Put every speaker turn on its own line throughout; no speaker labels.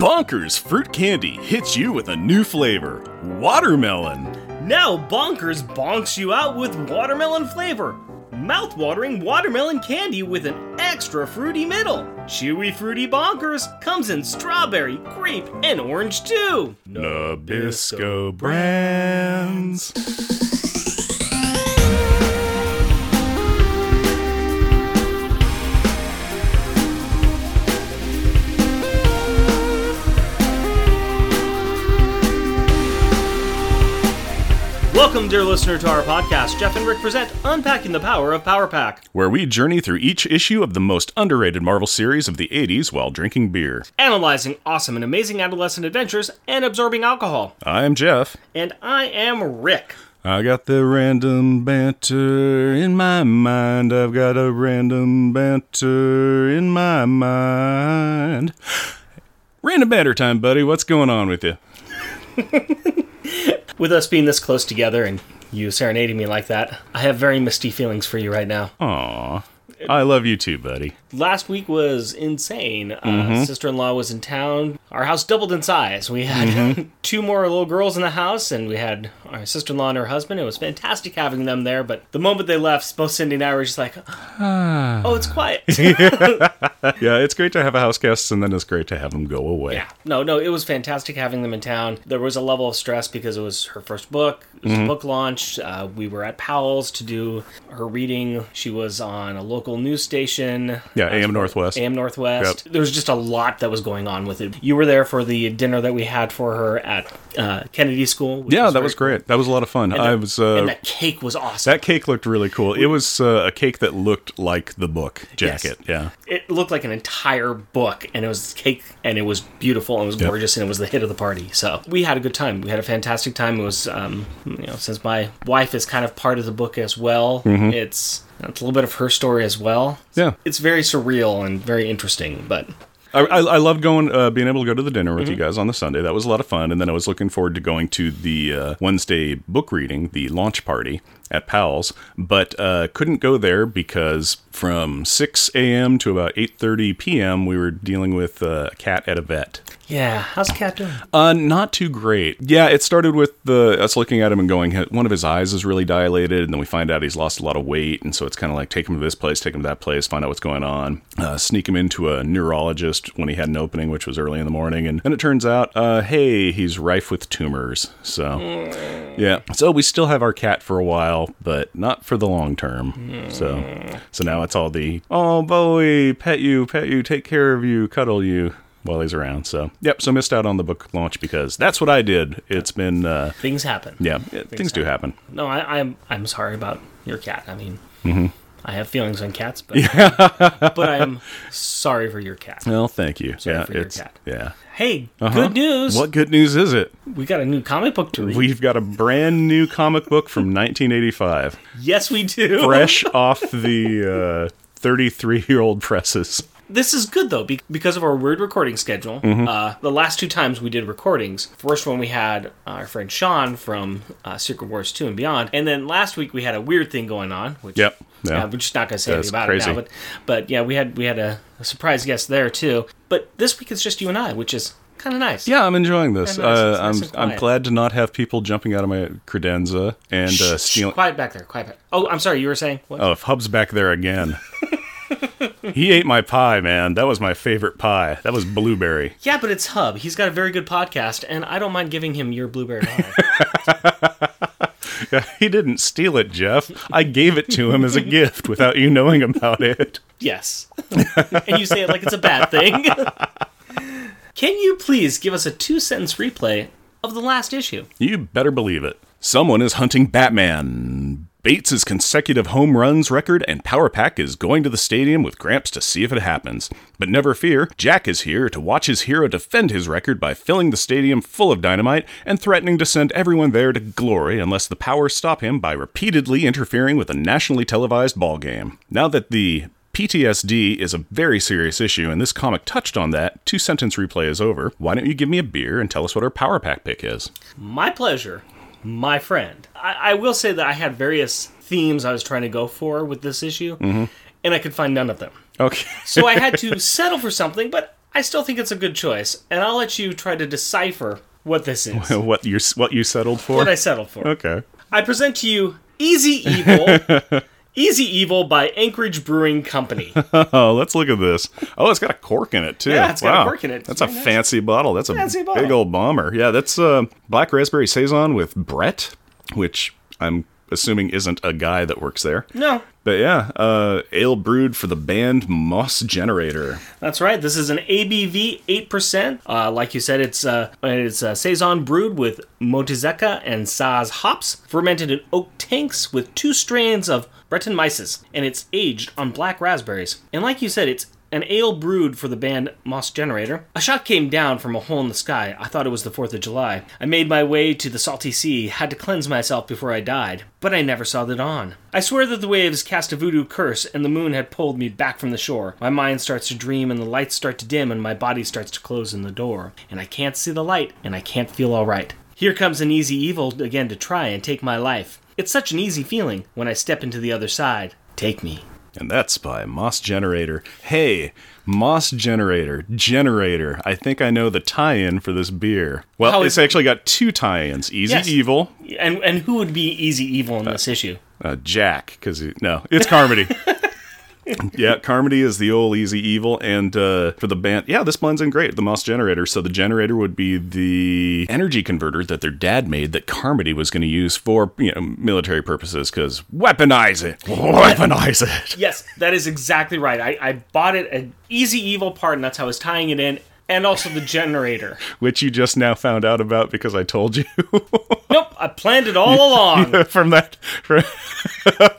Bonkers Fruit Candy hits you with a new flavor watermelon.
Now Bonkers bonks you out with watermelon flavor. Mouth-watering watermelon candy with an extra fruity middle. Chewy Fruity Bonkers comes in strawberry, grape, and orange too.
Nabisco Brands.
Welcome, dear listener, to our podcast. Jeff and Rick present Unpacking the Power of Power Pack.
Where we journey through each issue of the most underrated Marvel series of the 80s while drinking beer.
analyzing awesome and amazing adolescent adventures and absorbing alcohol.
I'm Jeff.
And I am Rick.
I got the random banter in my mind. I've got a random banter in my mind. Random banter time, buddy. What's going on with you?
With us being this close together and you serenading me like that, I have very misty feelings for you right now.
Aw. I love you too, buddy.
Last week was insane. Uh, Sister in law was in town. Our house doubled in size. We had two more little girls in the house, and we had our sister in law and her husband. It was fantastic having them there, but the moment they left, both Cindy and I were just like, oh, it's quiet.
Yeah, it's great to have house guests, and then it's great to have them go away.
Yeah. No, no, it was fantastic having them in town. There was a level of stress because it was her first book, it was a book launch. Uh, we were at Powell's to do her reading. She was on a local news station,
Yeah, AM Northwest.
AM Northwest. There was just a lot that was going on with it. You were there for the dinner that we had for her at uh, Kennedy School. which
yeah, that
very
was great. That was a lot of fun. I was uh,
cool. And
that,
that cake was awesome.
cake looked really cool. It was uh, a cake that looked like the book
Yes.
jacket. Yeah.
it looked like an entire book and it was cake and it was beautiful and it was gorgeous and it was the hit of the party so we had a good time we had a fantastic time it was um, you know since my wife is kind of part of the book as well it's it's a little bit of her story as well
Mm-hmm. Yeah.
it's very surreal and very interesting but
I, I, I loved going, uh, being able to go to the dinner with
Mm-hmm.
you guys on the Sunday. That was a lot of fun. And then I was looking forward to going to the uh, Wednesday book reading, the launch party at Powell's, but uh, couldn't go there because from 6 a.m. to about 8.30 p.m., we were dealing with uh, a cat at a vet.
yeah how's cat doing
Uh, not too great. Yeah, it started with the us looking at him and going, one of his eyes is really dilated, and then we find out he's lost a lot of weight, and so it's kind of like take him to this place, take him to that place, find out what's going on, uh, sneak him into a neurologist when he had an opening, which was early in the morning, and then it turns out, uh, hey, he's rife with tumors. So yeah, so we still have our cat for a while, but not for the long term. So so now it's all the oh Bowie, pet you, pet you, take care of you, cuddle you while he's around. So, yep. So missed out on the book launch because that's what I did. It's been, uh,
things happen
yeah, yeah, things do happen.
no I, i'm i'm sorry about your cat i mean
Mm-hmm.
i have feelings on cats but but i'm sorry for your cat
Well, thank you. yeah,
for your
it's
cat.
yeah.
hey good news
What good news is it?
we got a new comic book to read
We've got a brand new comic book from 1985,
Yes, we do.
fresh off the 33 year old presses.
This is good though be- because of our weird recording schedule.
Mm-hmm.
Uh, the last two times we did recordings, first one we had our friend Sean from uh, Secret Wars Two and Beyond, and then last week we had a weird thing going on. Which,
Yep. Yeah.
uh, we're just not going to say
That's
anything about
crazy.
it now. But but yeah, we had we had a, a surprise guest there too. But this week it's just you and I, which is kind of nice.
Yeah, I'm enjoying this.
Yeah, nice.
uh,
It's nice
I'm
and
I'm
quiet.
glad to not have people jumping out of my credenza and uh, stealing.
Quiet back there. Quiet back. Oh, I'm sorry. You were saying what?
Oh, if Hub's back there again. he ate my pie, man. That was my favorite pie. That was blueberry.
Yeah, but it's Hub. He's got a very good podcast, and I don't mind giving him your blueberry pie.
He didn't steal it, Jeff. I gave it to him as a gift without you knowing about it.
Yes. and you say it like it's a bad thing. Can you please give us a two sentence replay of the last issue?
You better believe it. Someone is hunting Batman. Bates' is consecutive home runs record and Power Pack is going to the stadium with Gramps to see if it happens. But never fear, Jack is here to watch his hero defend his record by filling the stadium full of dynamite and threatening to send everyone there to glory unless the powers stop him by repeatedly interfering with a nationally televised ballgame. Now that the PTSD is a very serious issue, and this comic touched on that. Two sentence replay is over. Why don't you give me a beer and tell us what our power pack pick is?
My pleasure, my friend. I, I will say that I had various themes I was trying to go for with this issue, and I could find none of them.
Okay.
So I had to settle for something, but I still think it's a good choice, and I'll let you try to decipher what this is.
what you what you settled for?
what I settled for.
okay.
I present to you Easy Evil. Easy Evil by Anchorage Brewing Company.
Oh, let's look at this. Oh, it's got a cork in it too.
Yeah, it's got a
wow.
cork in it. It's
That's a
very nice.
fancy bottle. That's a
Fancy
big
bottle.
old bomber. Yeah, that's uh, black raspberry saison with Brett, which I'm assuming isn't a guy that works there.
No,
But yeah, uh, ale brewed for the band Moss Generator.
that's right. This is an ABV 8%. Uh, like you said, it's uh, it's uh, Saison brewed with Motizeca and Saz hops, fermented in oak tanks with two strains of Breton mysis, and it's aged on black raspberries. And like you said, it's an ale brewed for the band Moss Generator. A shot came down from a hole in the sky. I thought it was the 4th of July. I made my way to the salty sea, had to cleanse myself before I died, but I never saw the dawn. I swear that the waves cast a voodoo curse and the moon had pulled me back from the shore. My mind starts to dream and the lights start to dim and my body starts to close in the door. And I can't see the light and I can't feel alright. Here comes an easy evil again to try and take my life. It's such an easy feeling when I step into the other side. Take me.
And that's by Moss Generator. Hey, Moss Generator, Generator. I think I know the tie-in for this beer. Well,
How
it's
is-
actually got two tie-ins: Easy
Yes.
Evil,
And and who would be easy evil in this issue?
uh, Jack, because no, it's Carmody. yeah, Carmody is the old easy evil, and uh, for the band, yeah, this blends in great. The Moss generator, so the generator would be the energy converter that their dad made that Carmody was going to use for you know military purposes, because weaponize it, weaponize it.
Yes, that is exactly right. I, I bought it an easy evil part, and that's how I was tying it in. And also the generator.
Which you just now found out about because I told you
Nope, I planned it all along.
from that from,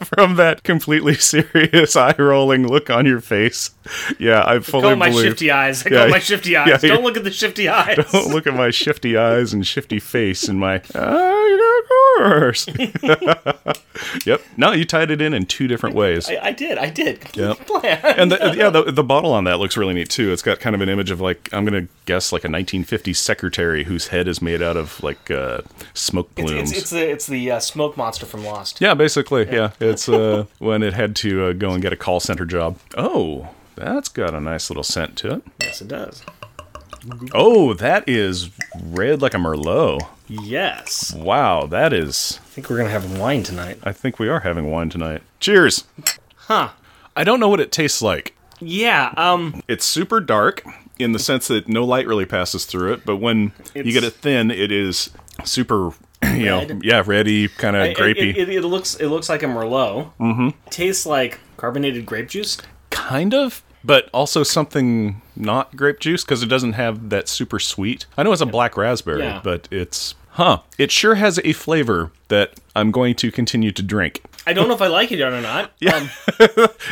from that completely serious eye rolling look on your face. Yeah, I fully
Go my
believe.
shifty eyes. I
Yeah,
go my shifty eyes.
yeah,
Don't
yeah.
look at the shifty eyes.
Don't look at my shifty eyes and shifty face and my "Ah, of course. yep. No, you tied it in in two different ways.
I, I did. I did. Complete
Yep.
plan.
And the, yeah, the, the bottle on that looks really neat too. It's got kind of an image of like I'm gonna guess like a 1950s secretary whose head is made out of like uh, smoke
it's,
plumes.
it's the it's the uh, smoke monster from Lost.
yeah, basically. Yeah, it's uh, when it had to uh, go and get a call center job. Oh, that's got a nice little scent to it.
Yes, it does.
Oh, that is red like a merlot.
Yes, I
Wow, that is
think we're gonna have wine tonight.
I think we are having wine tonight. Cheers.
Huh?
I don't know what it tastes like.
Yeah. Um.
It's super dark in the sense that no light really passes through it, but when you
It's-
get it thin, it is super, you know,
Red.
yeah, reddy, kind of
It,
grapey.
it, it, it looks it looks like a merlot. Mm-hmm. Tastes like carbonated grape juice.
kind of, but also something not grape juice because it doesn't have that super sweet. I know it's a black raspberry,
Yeah.
but it's, huh, it sure has a flavor that I'm going to continue to drink.
I don't know if I like it yet or not. Um,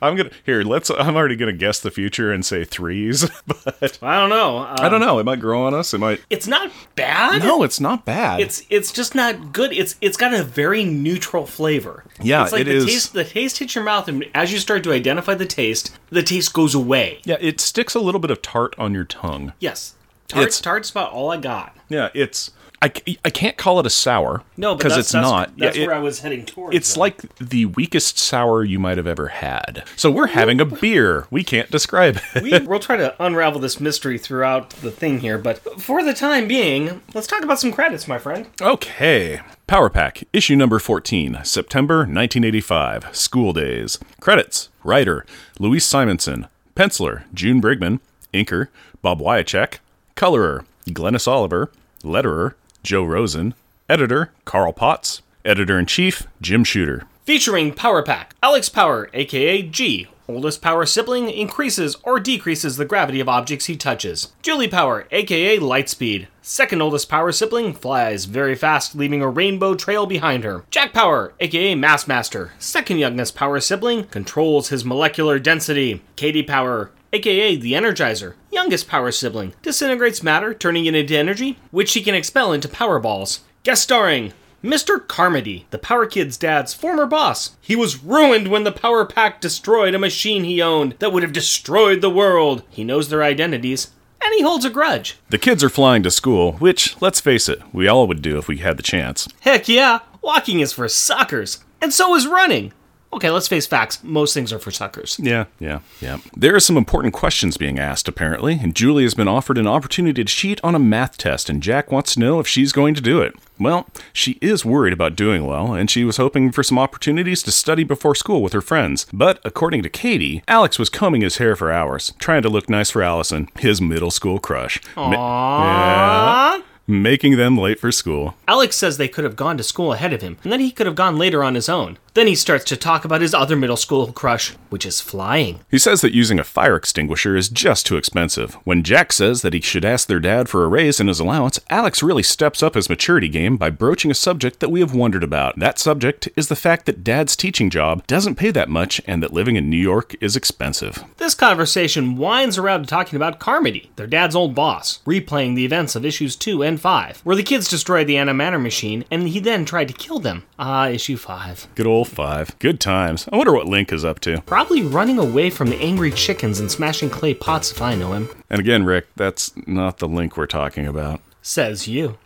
I'm going to, here, let's, I'm already going to guess the future and say threes, but.
I don't know. Uh,
I don't know. It might grow on us. It might.
it's not bad.
No, it's not bad.
It's it's just not good. It's it's got a very neutral flavor.
Yeah,
it's like
it
the
is.
Taste, the taste hits your mouth, and as you start to identify the taste, the taste goes away.
yeah, it sticks a little bit of tart on your tongue.
Yes, tart,
It's-
tart's about all I got.
Yeah, it's. I, c- I can't call it a sour.
No, but
because
that's,
it's
that's-
not.
That's
yeah, it-
where I was heading towards.
it's
though.
like the weakest sour you might have ever had. So we're having a beer. We can't describe it.
we, we'll try to unravel this mystery throughout the thing here, but for the time being, let's talk about some credits, my friend.
Okay. Power Pack, issue number 14, September 1985, school days. Credits Writer, Luis Simonson. Penciler, June Brigman. Inker, Bob Wyachek. Colorer, Glennis Oliver. Letterer, Joe Rosen. Editor, Carl Potts. Editor in chief, Jim Shooter.
Featuring Power Pack, Alex Power, aka G. Oldest power sibling increases or decreases the gravity of objects he touches. Julie Power, aka Lightspeed. Second oldest power sibling flies very fast, leaving a rainbow trail behind her. Jack Power, aka Massmaster. Second youngest power sibling controls his molecular density. Katie Power, aka the Energizer. Youngest power sibling disintegrates matter, turning it into energy, which she can expel into power balls. Guest starring Mr. Carmody, the Power Kid's dad's former boss. He was ruined when the Power Pack destroyed a machine he owned that would have destroyed the world. He knows their identities, and he holds a grudge.
The kids are flying to school, which, let's face it, we all would do if we had the chance.
Heck yeah, walking is for suckers, and so is running. okay, let's face facts. Most things are for suckers.
Yeah, yeah, yeah. There are some important questions being asked, apparently, and Julie has been offered an opportunity to cheat on a math test, and Jack wants to know if she's going to do it. Well, she is worried about doing well, and she was hoping for some opportunities to study before school with her friends. But according to Katie, Alex was combing his hair for hours, trying to look nice for Allison, his middle school crush, ma-
Aww.
making them late for school.
Alex says they could have gone to school ahead of him, and then he could have gone later on his own. Then he starts to talk about his other middle school crush, which is flying.
He says that using a fire extinguisher is just too expensive. When Jack says that he should ask their dad for a raise in his allowance, Alex really steps up his maturity game by broaching a subject that we have wondered about. That subject is the fact that dad's teaching job doesn't pay that much and that living in New York is expensive.
This conversation winds around to talking about Carmody, their dad's old boss, replaying the events of issues 2 and 5, where the kids destroyed the Antimatter machine and he then tried to kill them. Ah, issue 5.
Good old five. Good times. I wonder what Link is up to.
Probably running away from the angry chickens and smashing clay pots if I know him.
And again, Rick, that's not the Link we're talking about.
Says you.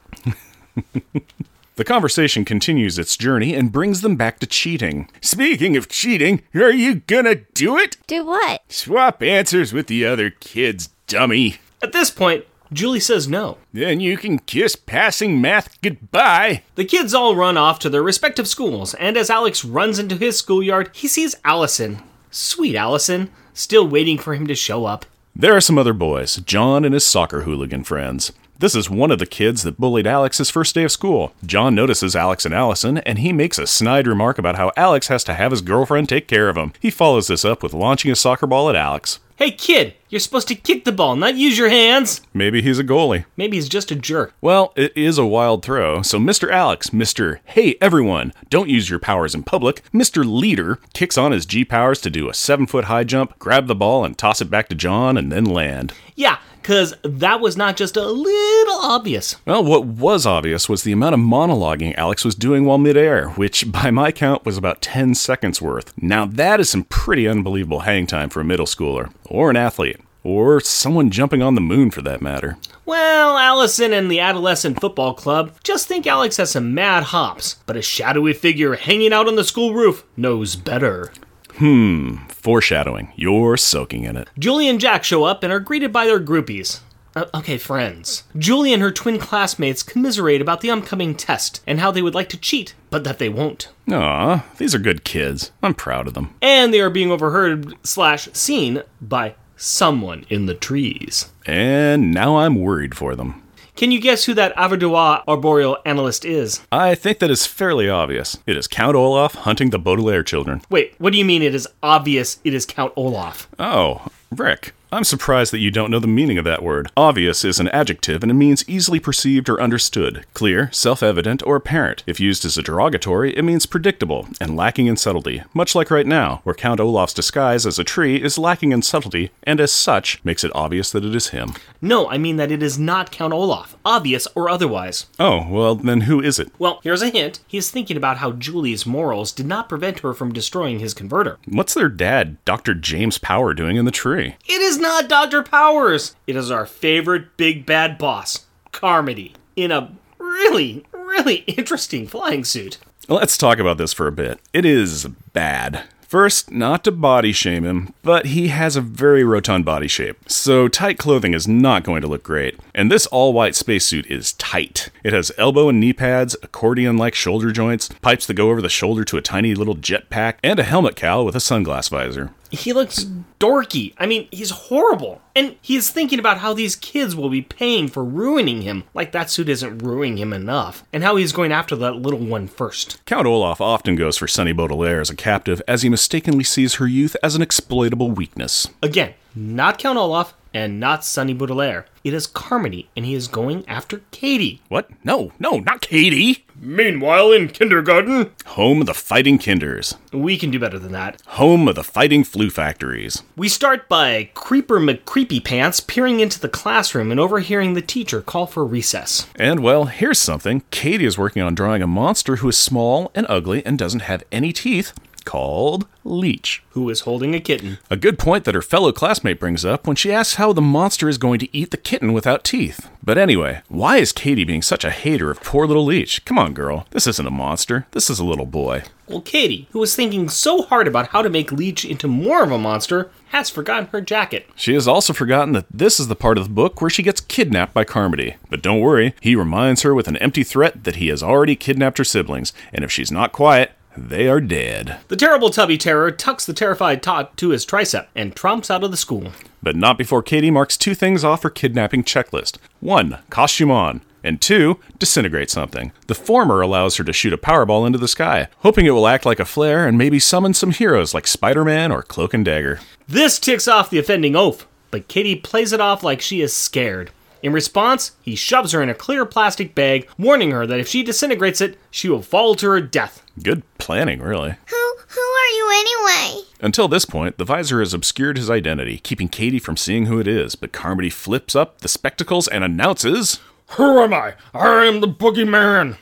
The conversation continues its journey and brings them back to cheating. Speaking of cheating, are you gonna do it?
Do what?
Swap answers with the other kids, dummy.
At this point, Julie says no.
Then you can kiss passing math goodbye.
The kids all run off to their respective schools, and as Alex runs into his schoolyard, he sees Allison. Sweet Allison, still waiting for him to show up.
There are some other boys, John and his soccer hooligan friends. This is one of the kids that bullied Alex his first day of school. John notices Alex and Allison, and he makes a snide remark about how Alex has to have his girlfriend take care of him. He follows this up with launching a soccer ball at Alex.
Hey kid, you're supposed to kick the ball, not use your hands.
Maybe he's a goalie.
Maybe he's just a jerk.
Well, it is a wild throw. So, Mr. Alex, Mr. Hey everyone, don't use your powers in public, Mr. Leader kicks on his G powers to do a seven foot high jump, grab the ball, and toss it back to John, and then land.
Yeah, 'cause that was not just a little obvious.
Well, what was obvious was the amount of monologuing Alex was doing while midair, which by my count was about 10 seconds worth. Now, that is some pretty unbelievable hang time for a middle schooler, or an athlete, or someone jumping on the moon for that matter.
Well, Allison and the Adolescent Football Club just think Alex has some mad hops, but a shadowy figure hanging out on the school roof knows better.
Foreshadowing, you're soaking in it.
Julie and Jack show up and are greeted by their groupies. Uh, okay, friends. Julie and her twin classmates commiserate about the upcoming test and how they would like to cheat, but that they won't.
Aw, these are good kids. I'm proud of them.
And they are being overheard slash seen by someone in the trees.
And now I'm worried for them.
Can you guess who that Avodois arboreal analyst is?
I think that is fairly obvious. It is Count Olaf hunting the Baudelaire children.
Wait, what do you mean it is obvious it is Count Olaf?
Oh, Rick, I'm surprised that you don't know the meaning of that word. Obvious is an adjective and it means easily perceived or understood, clear, self evident, or apparent. If used as a derogatory, it means predictable and lacking in subtlety, much like right now, where Count Olaf's disguise as a tree is lacking in subtlety and as such makes it obvious that it is him.
No, I mean that it is not Count Olaf, obvious or otherwise.
Oh, well, then who is it?
Well, here's a hint. He is thinking about how Julie's morals did not prevent her from destroying his converter.
What's their dad, Dr. James Power, doing in the tree?
It is not Dr. Powers. It is our favorite big bad boss, Carmody, in a really, really interesting flying suit.
Let's talk about this for a bit. It is bad. First, not to body shame him, but he has a very rotund body shape, so tight clothing is not going to look great. And this all white spacesuit is tight. It has elbow and knee pads, accordion like shoulder joints, pipes that go over the shoulder to a tiny little jetpack, and a helmet cowl with a sunglass visor.
He looks dorky. I mean, he's horrible. And he is thinking about how these kids will be paying for ruining him. Like, that suit isn't ruining him enough. And how he's going after that little one first.
Count Olaf often goes for Sunny Baudelaire as a captive as he mistakenly sees her youth as an exploitable weakness.
Again, not Count Olaf and not Sonny Baudelaire. It is Carmody, and he is going after Katie.
What? No, no, not Katie!
Meanwhile, in kindergarten,
Home of the Fighting Kinders.
we can do better than that.
Home of the Fighting Flu Factories.
We start by Creeper McCreepy Pants peering into the classroom and overhearing the teacher call for recess.
And well, here's something. Katie is working on drawing a monster who is small and ugly and doesn't have any teeth. called Leech.
Who is holding a kitten?
A good point that her fellow classmate brings up when she asks how the monster is going to eat the kitten without teeth. But anyway, why is Katie being such a hater of poor little Leech? Come on, girl. This isn't a monster. This is a little boy.
Well, Katie, who was thinking so hard about how to make Leech into more of a monster, has forgotten her jacket.
She has also forgotten that this is the part of the book where she gets kidnapped by Carmody. But don't worry, he reminds her with an empty threat that he has already kidnapped her siblings, and if she's not quiet, they are dead.
The terrible tubby terror tucks the terrified tot to his tricep and tromps out of the school.
But not before Katie marks two things off her kidnapping checklist one, costume on. And two, disintegrate something. The former allows her to shoot a Powerball into the sky, hoping it will act like a flare and maybe summon some heroes like Spider Man or Cloak and Dagger.
This ticks off the offending oaf, but Kitty plays it off like she is scared. In response, he shoves her in a clear plastic bag, warning her that if she disintegrates it, she will fall to her death.
Good planning, really.
Who who are you anyway?
Until this point, the visor has obscured his identity, keeping Katie from seeing who it is, but Carmody flips up the spectacles and announces
Who am I? I am the boogeyman.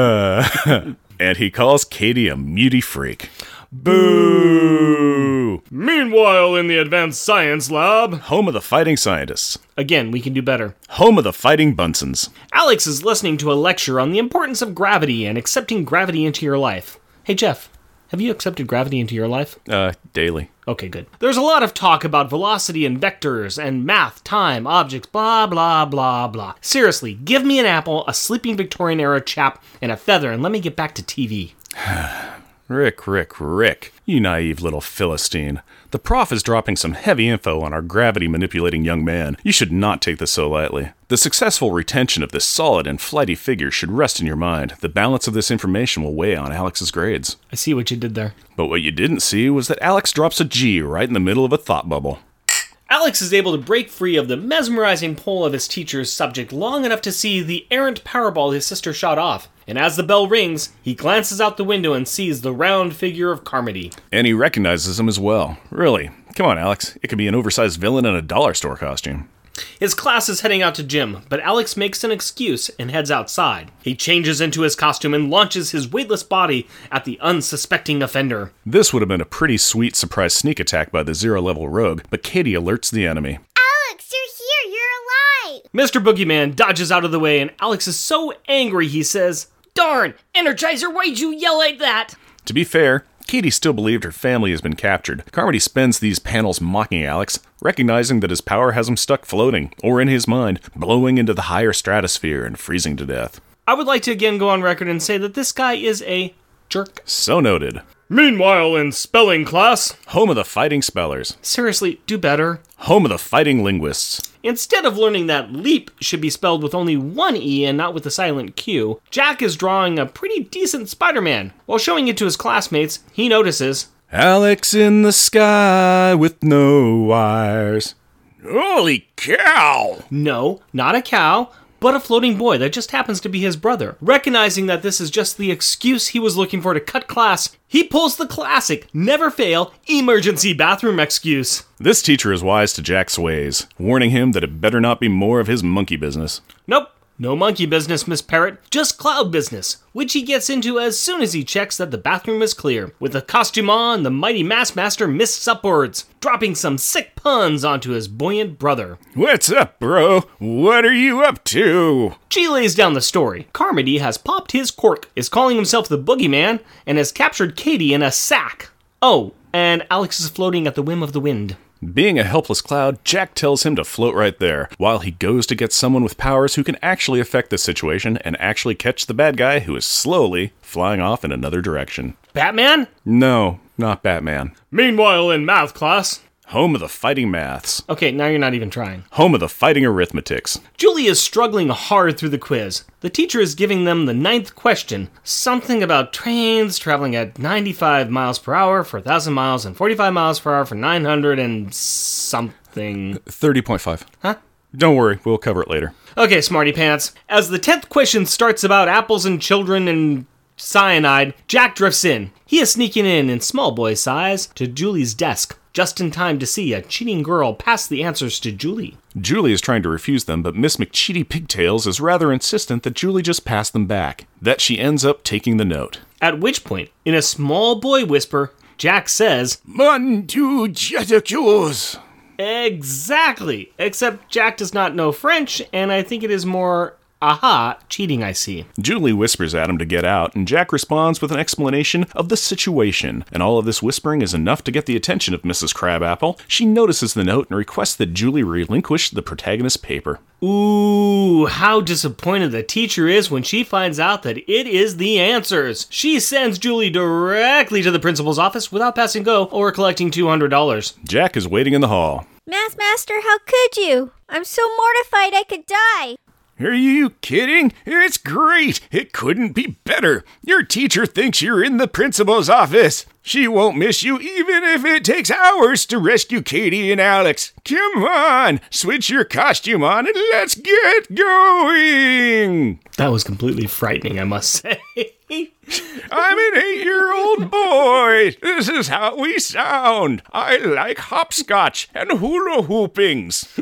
and he calls Katie a muty freak. Boo!
Meanwhile, in the advanced science lab,
Home of the fighting scientists.
again, we can do better.
Home of the fighting Bunsens.
Alex is listening to a lecture on the importance of gravity and accepting gravity into your life. Hey, Jeff, have you accepted gravity into your life?
Uh, daily.
Okay, good. There's a lot of talk about velocity and vectors and math, time, objects, blah, blah, blah, blah. Seriously, give me an apple, a sleeping Victorian era chap, and a feather, and let me get back to TV.
Rick, Rick, Rick. You naive little Philistine. The prof is dropping some heavy info on our gravity manipulating young man. You should not take this so lightly. The successful retention of this solid and flighty figure should rest in your mind. The balance of this information will weigh on Alex's grades.
I see what you did there.
But what you didn't see was that Alex drops a G right in the middle of a thought bubble.
Alex is able to break free of the mesmerizing pull of his teacher's subject long enough to see the errant Powerball his sister shot off. And as the bell rings, he glances out the window and sees the round figure of Carmody.
And he recognizes him as well. Really. Come on, Alex. It could be an oversized villain in a dollar store costume.
His class is heading out to gym, but Alex makes an excuse and heads outside. He changes into his costume and launches his weightless body at the unsuspecting offender.
This would have been a pretty sweet surprise sneak attack by the zero level rogue, but Katie alerts the enemy.
Alex, you're here. You're alive.
Mr. Boogeyman dodges out of the way, and Alex is so angry he says,
Darn! Energizer, why'd you yell like that?
To be fair, Katie still believed her family has been captured. Carmody spends these panels mocking Alex, recognizing that his power has him stuck floating, or in his mind, blowing into the higher stratosphere and freezing to death.
I would like to again go on record and say that this guy is a jerk.
So noted.
Meanwhile, in spelling class,
Home of the fighting spellers.
seriously, do better.
Home of the fighting linguists.
Instead of learning that leap should be spelled with only one E and not with the silent Q, Jack is drawing a pretty decent Spider Man. While showing it to his classmates, he notices
Alex in the sky with no wires. Holy cow!
no, not a cow, but a floating boy that just happens to be his brother. Recognizing that this is just the excuse he was looking for to cut class, he pulls the classic, never fail, emergency bathroom excuse.
This teacher is wise to Jack's ways, warning him that it better not be more of his monkey business.
Nope. No monkey business, Miss Parrot, just cloud business, which he gets into as soon as he checks that the bathroom is clear. With the costume on, the mighty mass master mists upwards, dropping some sick puns onto his buoyant brother.
What's up, bro? What are you up to?
She lays down the story. Carmody has popped his cork, is calling himself the boogeyman, and has captured Katie in a sack. Oh, and Alex is floating at the whim of the wind.
Being a helpless cloud, Jack tells him to float right there, while he goes to get someone with powers who can actually affect the situation and actually catch the bad guy who is slowly flying off in another direction.
Batman?
No, not Batman.
Meanwhile, in math class.
Home of the fighting maths.
Okay, now you're not even trying.
Home of the fighting arithmetics.
Julie is struggling hard through the quiz. The teacher is giving them the ninth question something about trains traveling at 95 miles per hour for 1,000 miles and 45 miles per hour for 900 and something.
30.5. Huh? Don't worry, we'll cover it later.
Okay, Smarty Pants. As the 10th question starts about apples and children and cyanide, Jack drifts in. He is sneaking in in small boy size to Julie's desk. just in time to see a cheating girl pass the answers to Julie.
Julie is trying to refuse them, but Miss McCheaty Pigtails is rather insistent that Julie just pass them back, that she ends up taking the note.
At which point, in a small boy whisper, Jack says,
One, two, jetticles.
Exactly. Except Jack does not know French, and I think it is more, aha, cheating I see.
Julie whispers at him to get out, and Jack responds with an explanation of the situation. And all of this whispering is enough to get the attention of Mrs. Crabapple. She notices the note and requests that Julie relinquish the protagonist's paper.
Ooh, how disappointed the teacher is when she finds out that it is the answers. She sends Julie directly to the principal's office without passing go or collecting $200.
Jack is waiting in the hall.
Math Master, how could you? I'm so mortified I could die.
Are you kidding? It's great. It couldn't be better. Your teacher thinks you're in the principal's office. She won't miss you even if it takes hours to rescue Katie and Alex. Come on, switch your costume on and let's get going.
That was completely frightening, I must say.
I'm an eight year old boy. This is how we sound. I like hopscotch and hula hoopings.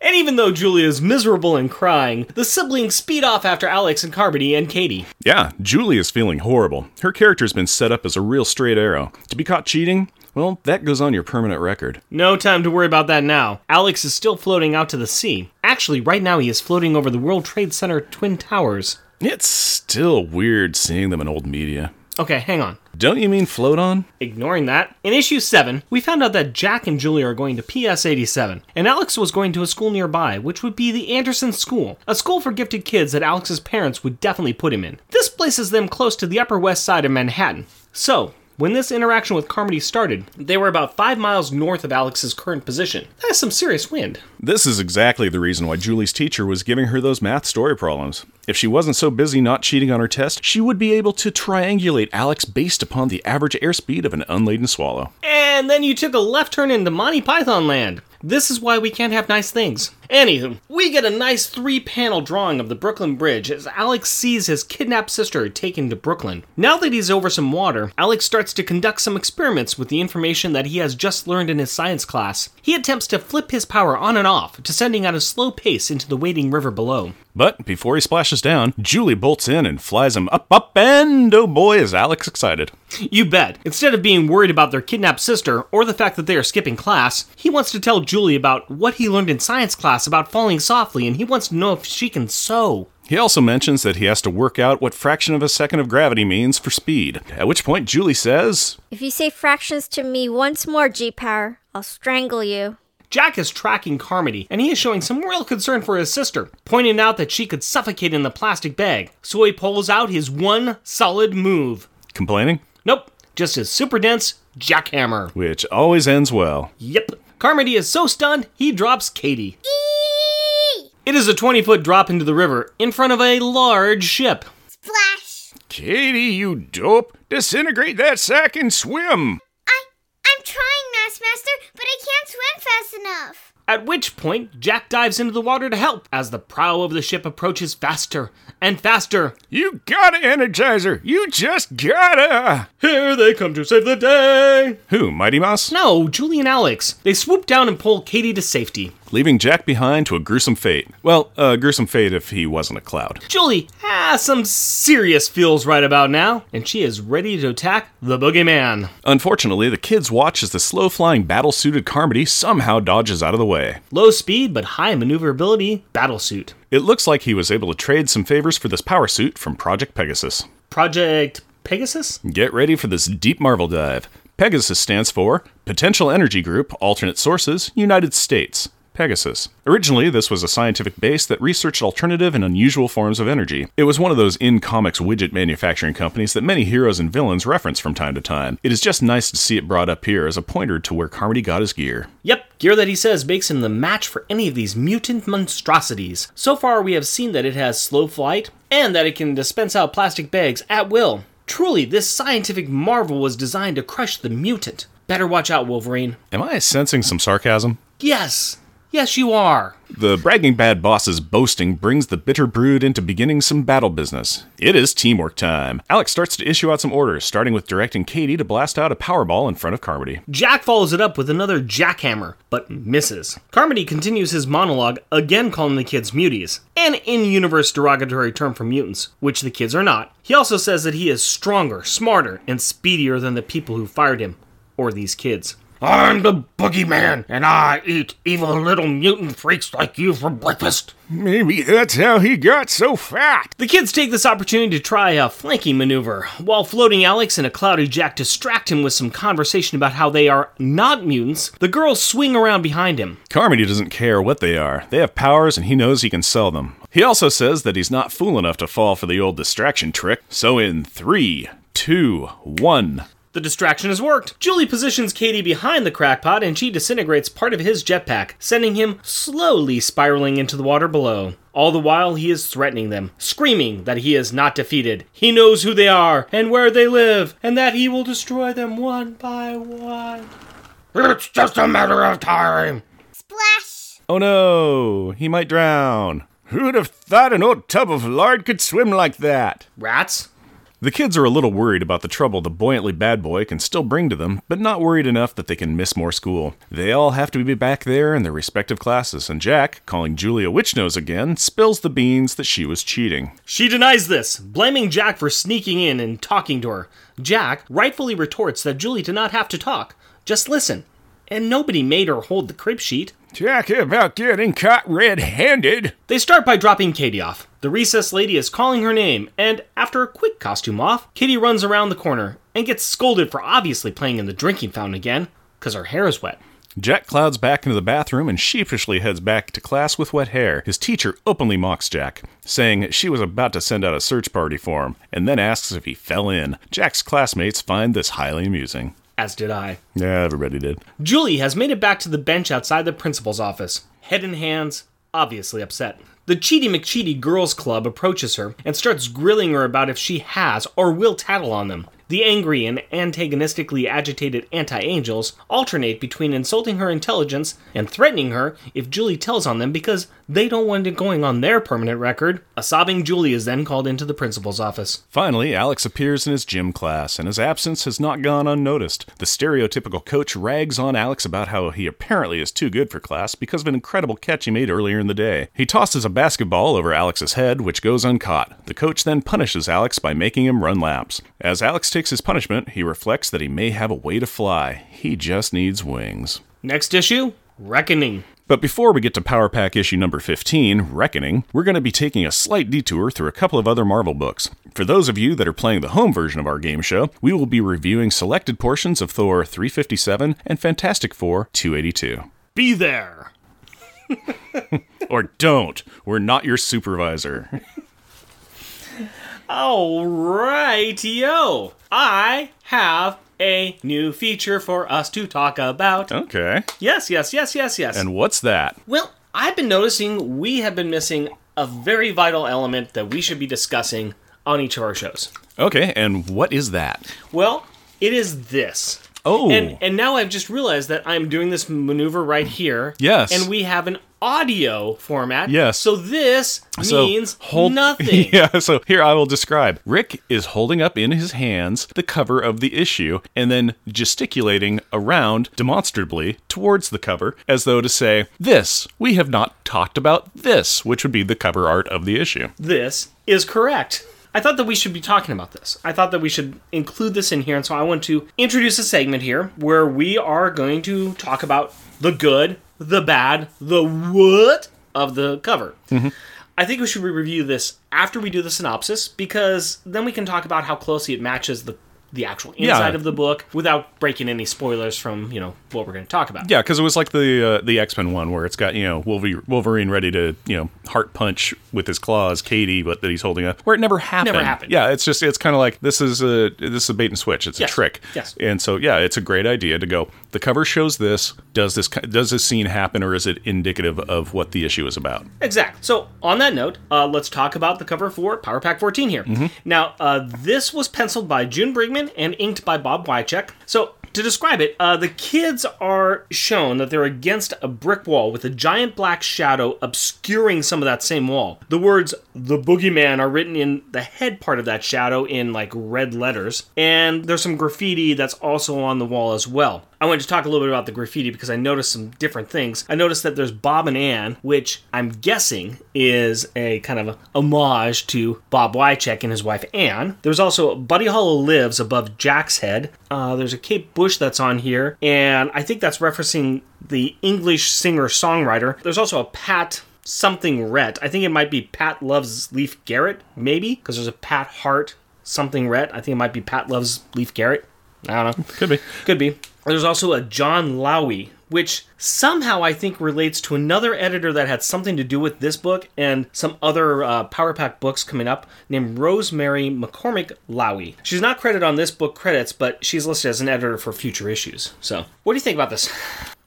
and even though Julie is miserable and crying, the siblings speed off after Alex and Carmody and Katie.
Yeah, Julie is feeling horrible. Her character's been set up as a real straight arrow. To be caught cheating, well, that goes on your permanent record.
No time to worry about that now. Alex is still floating out to the sea. Actually, right now he is floating over the World Trade Center Twin Towers.
It's still weird seeing them in old media.
Okay, hang on.
Don't you mean float on?
Ignoring that, in issue 7, we found out that Jack and Julie are going to PS 87, and Alex was going to a school nearby, which would be the Anderson School, a school for gifted kids that Alex's parents would definitely put him in. This places them close to the Upper West Side of Manhattan. So, when this interaction with Carmody started, they were about five miles north of Alex's current position. That is some serious wind.
This is exactly the reason why Julie's teacher was giving her those math story problems. If she wasn't so busy not cheating on her test, she would be able to triangulate Alex based upon the average airspeed of an unladen swallow.
And then you took a left turn into Monty Python land. This is why we can't have nice things. Anywho, we get a nice three panel drawing of the Brooklyn Bridge as Alex sees his kidnapped sister taken to Brooklyn. Now that he's over some water, Alex starts to conduct some experiments with the information that he has just learned in his science class. He attempts to flip his power on and off, descending at a slow pace into the waiting river below.
But before he splashes down, Julie bolts in and flies him up, up, and oh boy, is Alex excited.
You bet. Instead of being worried about their kidnapped sister or the fact that they are skipping class, he wants to tell Julie about what he learned in science class about falling softly and he wants to know if she can sew.
He also mentions that he has to work out what fraction of a second of gravity means for speed, at which point Julie says,
If you say fractions to me once more, G Power, I'll strangle you.
Jack is tracking Carmody, and he is showing some real concern for his sister, pointing out that she could suffocate in the plastic bag. So he pulls out his one solid move.
complaining,
Nope, just his super dense jackhammer.
which always ends well.
Yep. Carmody is so stunned, he drops Katie.
Eee!
It is a 20 foot drop into the river in front of a large ship.
Splash!
Katie, you dope! Disintegrate that sack and swim!
I I'm trying, Mass Master, but I can't swim fast enough.
At which point, Jack dives into the water to help as the prow of the ship approaches faster and faster.
You gotta, Energizer! You just gotta!
Here they come to save the day!
Who, Mighty Mouse?
No, Julie and Alex. They swoop down and pull Katie to safety.
Leaving Jack behind to a gruesome fate. Well, a gruesome fate if he wasn't a cloud.
Julie has some serious feels right about now, and she is ready to attack the boogeyman.
Unfortunately, the kids watch as the slow flying, battle suited Carmody somehow dodges out of the way.
Low speed but high maneuverability, battlesuit.
It looks like he was able to trade some favors for this power suit from Project Pegasus.
Project Pegasus?
Get ready for this deep Marvel dive. Pegasus stands for Potential Energy Group, Alternate Sources, United States. Pegasus. Originally, this was a scientific base that researched alternative and unusual forms of energy. It was one of those in comics widget manufacturing companies that many heroes and villains reference from time to time. It is just nice to see it brought up here as a pointer to where Carmody got his gear.
Yep, gear that he says makes him the match for any of these mutant monstrosities. So far, we have seen that it has slow flight and that it can dispense out plastic bags at will. Truly, this scientific marvel was designed to crush the mutant. Better watch out, Wolverine.
Am I sensing some sarcasm?
Yes! Yes, you are.
The bragging bad boss's boasting brings the bitter brood into beginning some battle business. It is teamwork time. Alex starts to issue out some orders, starting with directing Katie to blast out a powerball in front of Carmody.
Jack follows it up with another jackhammer, but misses. Carmody continues his monologue, again calling the kids muties, an in universe derogatory term for mutants, which the kids are not. He also says that he is stronger, smarter, and speedier than the people who fired him, or these kids.
I'm the boogeyman, and I eat evil little mutant freaks like you for breakfast.
Maybe that's how he got so fat.
The kids take this opportunity to try a flanking maneuver. While floating Alex and a cloudy Jack distract him with some conversation about how they are not mutants, the girls swing around behind him.
Carmody doesn't care what they are. They have powers and he knows he can sell them. He also says that he's not fool enough to fall for the old distraction trick. So in three, two, one.
The distraction has worked. Julie positions Katie behind the crackpot and she disintegrates part of his jetpack, sending him slowly spiraling into the water below. All the while, he is threatening them, screaming that he is not defeated. He knows who they are and where they live, and that he will destroy them one by one.
It's just a matter of time.
Splash!
Oh no, he might drown.
Who'd have thought an old tub of lard could swim like that?
Rats?
The kids are a little worried about the trouble the buoyantly bad boy can still bring to them, but not worried enough that they can miss more school. They all have to be back there in their respective classes, and Jack, calling Julia witch nose again, spills the beans that she was cheating.
She denies this, blaming Jack for sneaking in and talking to her. Jack rightfully retorts that Julie did not have to talk, just listen. And nobody made her hold the crib sheet.
Talk about getting caught red handed.
They start by dropping Katie off. The recess lady is calling her name, and after a quick costume off, Katie runs around the corner and gets scolded for obviously playing in the drinking fountain again, because her hair is wet.
Jack clouds back into the bathroom and sheepishly heads back to class with wet hair. His teacher openly mocks Jack, saying she was about to send out a search party for him, and then asks if he fell in. Jack's classmates find this highly amusing.
As did I.
Yeah, everybody did.
Julie has made it back to the bench outside the principal's office, head in hands, obviously upset. The Cheaty McCheaty Girls Club approaches her and starts grilling her about if she has or will tattle on them. The angry and antagonistically agitated anti angels alternate between insulting her intelligence and threatening her if Julie tells on them because they don't want it going on their permanent record. A sobbing Julie is then called into the principal's office.
Finally, Alex appears in his gym class, and his absence has not gone unnoticed. The stereotypical coach rags on Alex about how he apparently is too good for class because of an incredible catch he made earlier in the day. He tosses a basketball over Alex's head, which goes uncaught. The coach then punishes Alex by making him run laps. As Alex takes his punishment, he reflects that he may have a way to fly. He just needs wings.
Next issue Reckoning.
But before we get to Power Pack issue number 15, Reckoning, we're going to be taking a slight detour through a couple of other Marvel books. For those of you that are playing the home version of our game show, we will be reviewing selected portions of Thor 357 and Fantastic Four 282.
Be there!
Or don't, we're not your supervisor.
Alright, yo! I have a new feature for us to talk about.
okay.
Yes, yes, yes, yes, yes.
And what's that?
well, I've been noticing we have been missing a very vital element that we should be discussing on each of our shows.
Okay, and what is that?
Well, it is this.
Oh,
And and now I've just realized that I'm doing this maneuver right here.
Yes.
And we have an audio format.
Yes.
So this
so
means
hold
nothing.
Yeah, so here I will describe. Rick is holding up in his hands the cover of the issue and then gesticulating around demonstrably towards the cover as though to say, "This, we have not talked about this," which would be the cover art of the issue.
This is correct. I thought that we should be talking about this. I thought that we should include this in here, and so I want to introduce a segment here where we are going to talk about the good, the bad, the what of the cover. I think we should review this after we do the synopsis because then we can talk about how closely it matches the the actual inside of the book without breaking any spoilers from you know what we're going to talk about.
Yeah, because it was like the uh, the X Men one where it's got you know Wolver- Wolverine ready to you know heart punch with his claws Katie, but that he's holding up where it never happened.
happened.
Yeah, it's just it's kind of like this is a this is a bait and switch. It's
Yes.
a trick.
Yes.
And so yeah, it's a great idea to go. The cover shows this. Does this ki- does this scene happen, or is it indicative of what the issue is about?
Exactly. So, on that note, uh, let's talk about the cover for Power Pack 14 here. Now, uh, this was penciled by June Brigman and inked by Bob Wycheck. So, To describe it, uh, the kids are shown that they're against a brick wall with a giant black shadow obscuring some of that same wall. The words "the boogeyman" are written in the head part of that shadow in like red letters, and there's some graffiti that's also on the wall as well. I wanted to talk a little bit about the graffiti because I noticed some different things. I noticed that there's Bob and Ann, which I'm guessing is a kind of a homage to Bob Wycheck and his wife Ann. There's also Buddy Hollow Lives above Jack's Head. Uh, there's a Kate Bush that's on here, and I think that's referencing the English singer songwriter. There's also a Pat something Rhett. I think it might be Pat Loves Leaf Garrett, maybe, because there's a Pat Hart something Rhett. I think it might be Pat Loves Leaf Garrett. I don't know.
Could be.
Could be. There's also a John Lowey, which somehow I think relates to another editor that had something to do with this book and some other uh, Power Pack books coming up named Rosemary McCormick Lowey. She's not credited on this book credits, but she's listed as an editor for future issues. So, what do you think about this?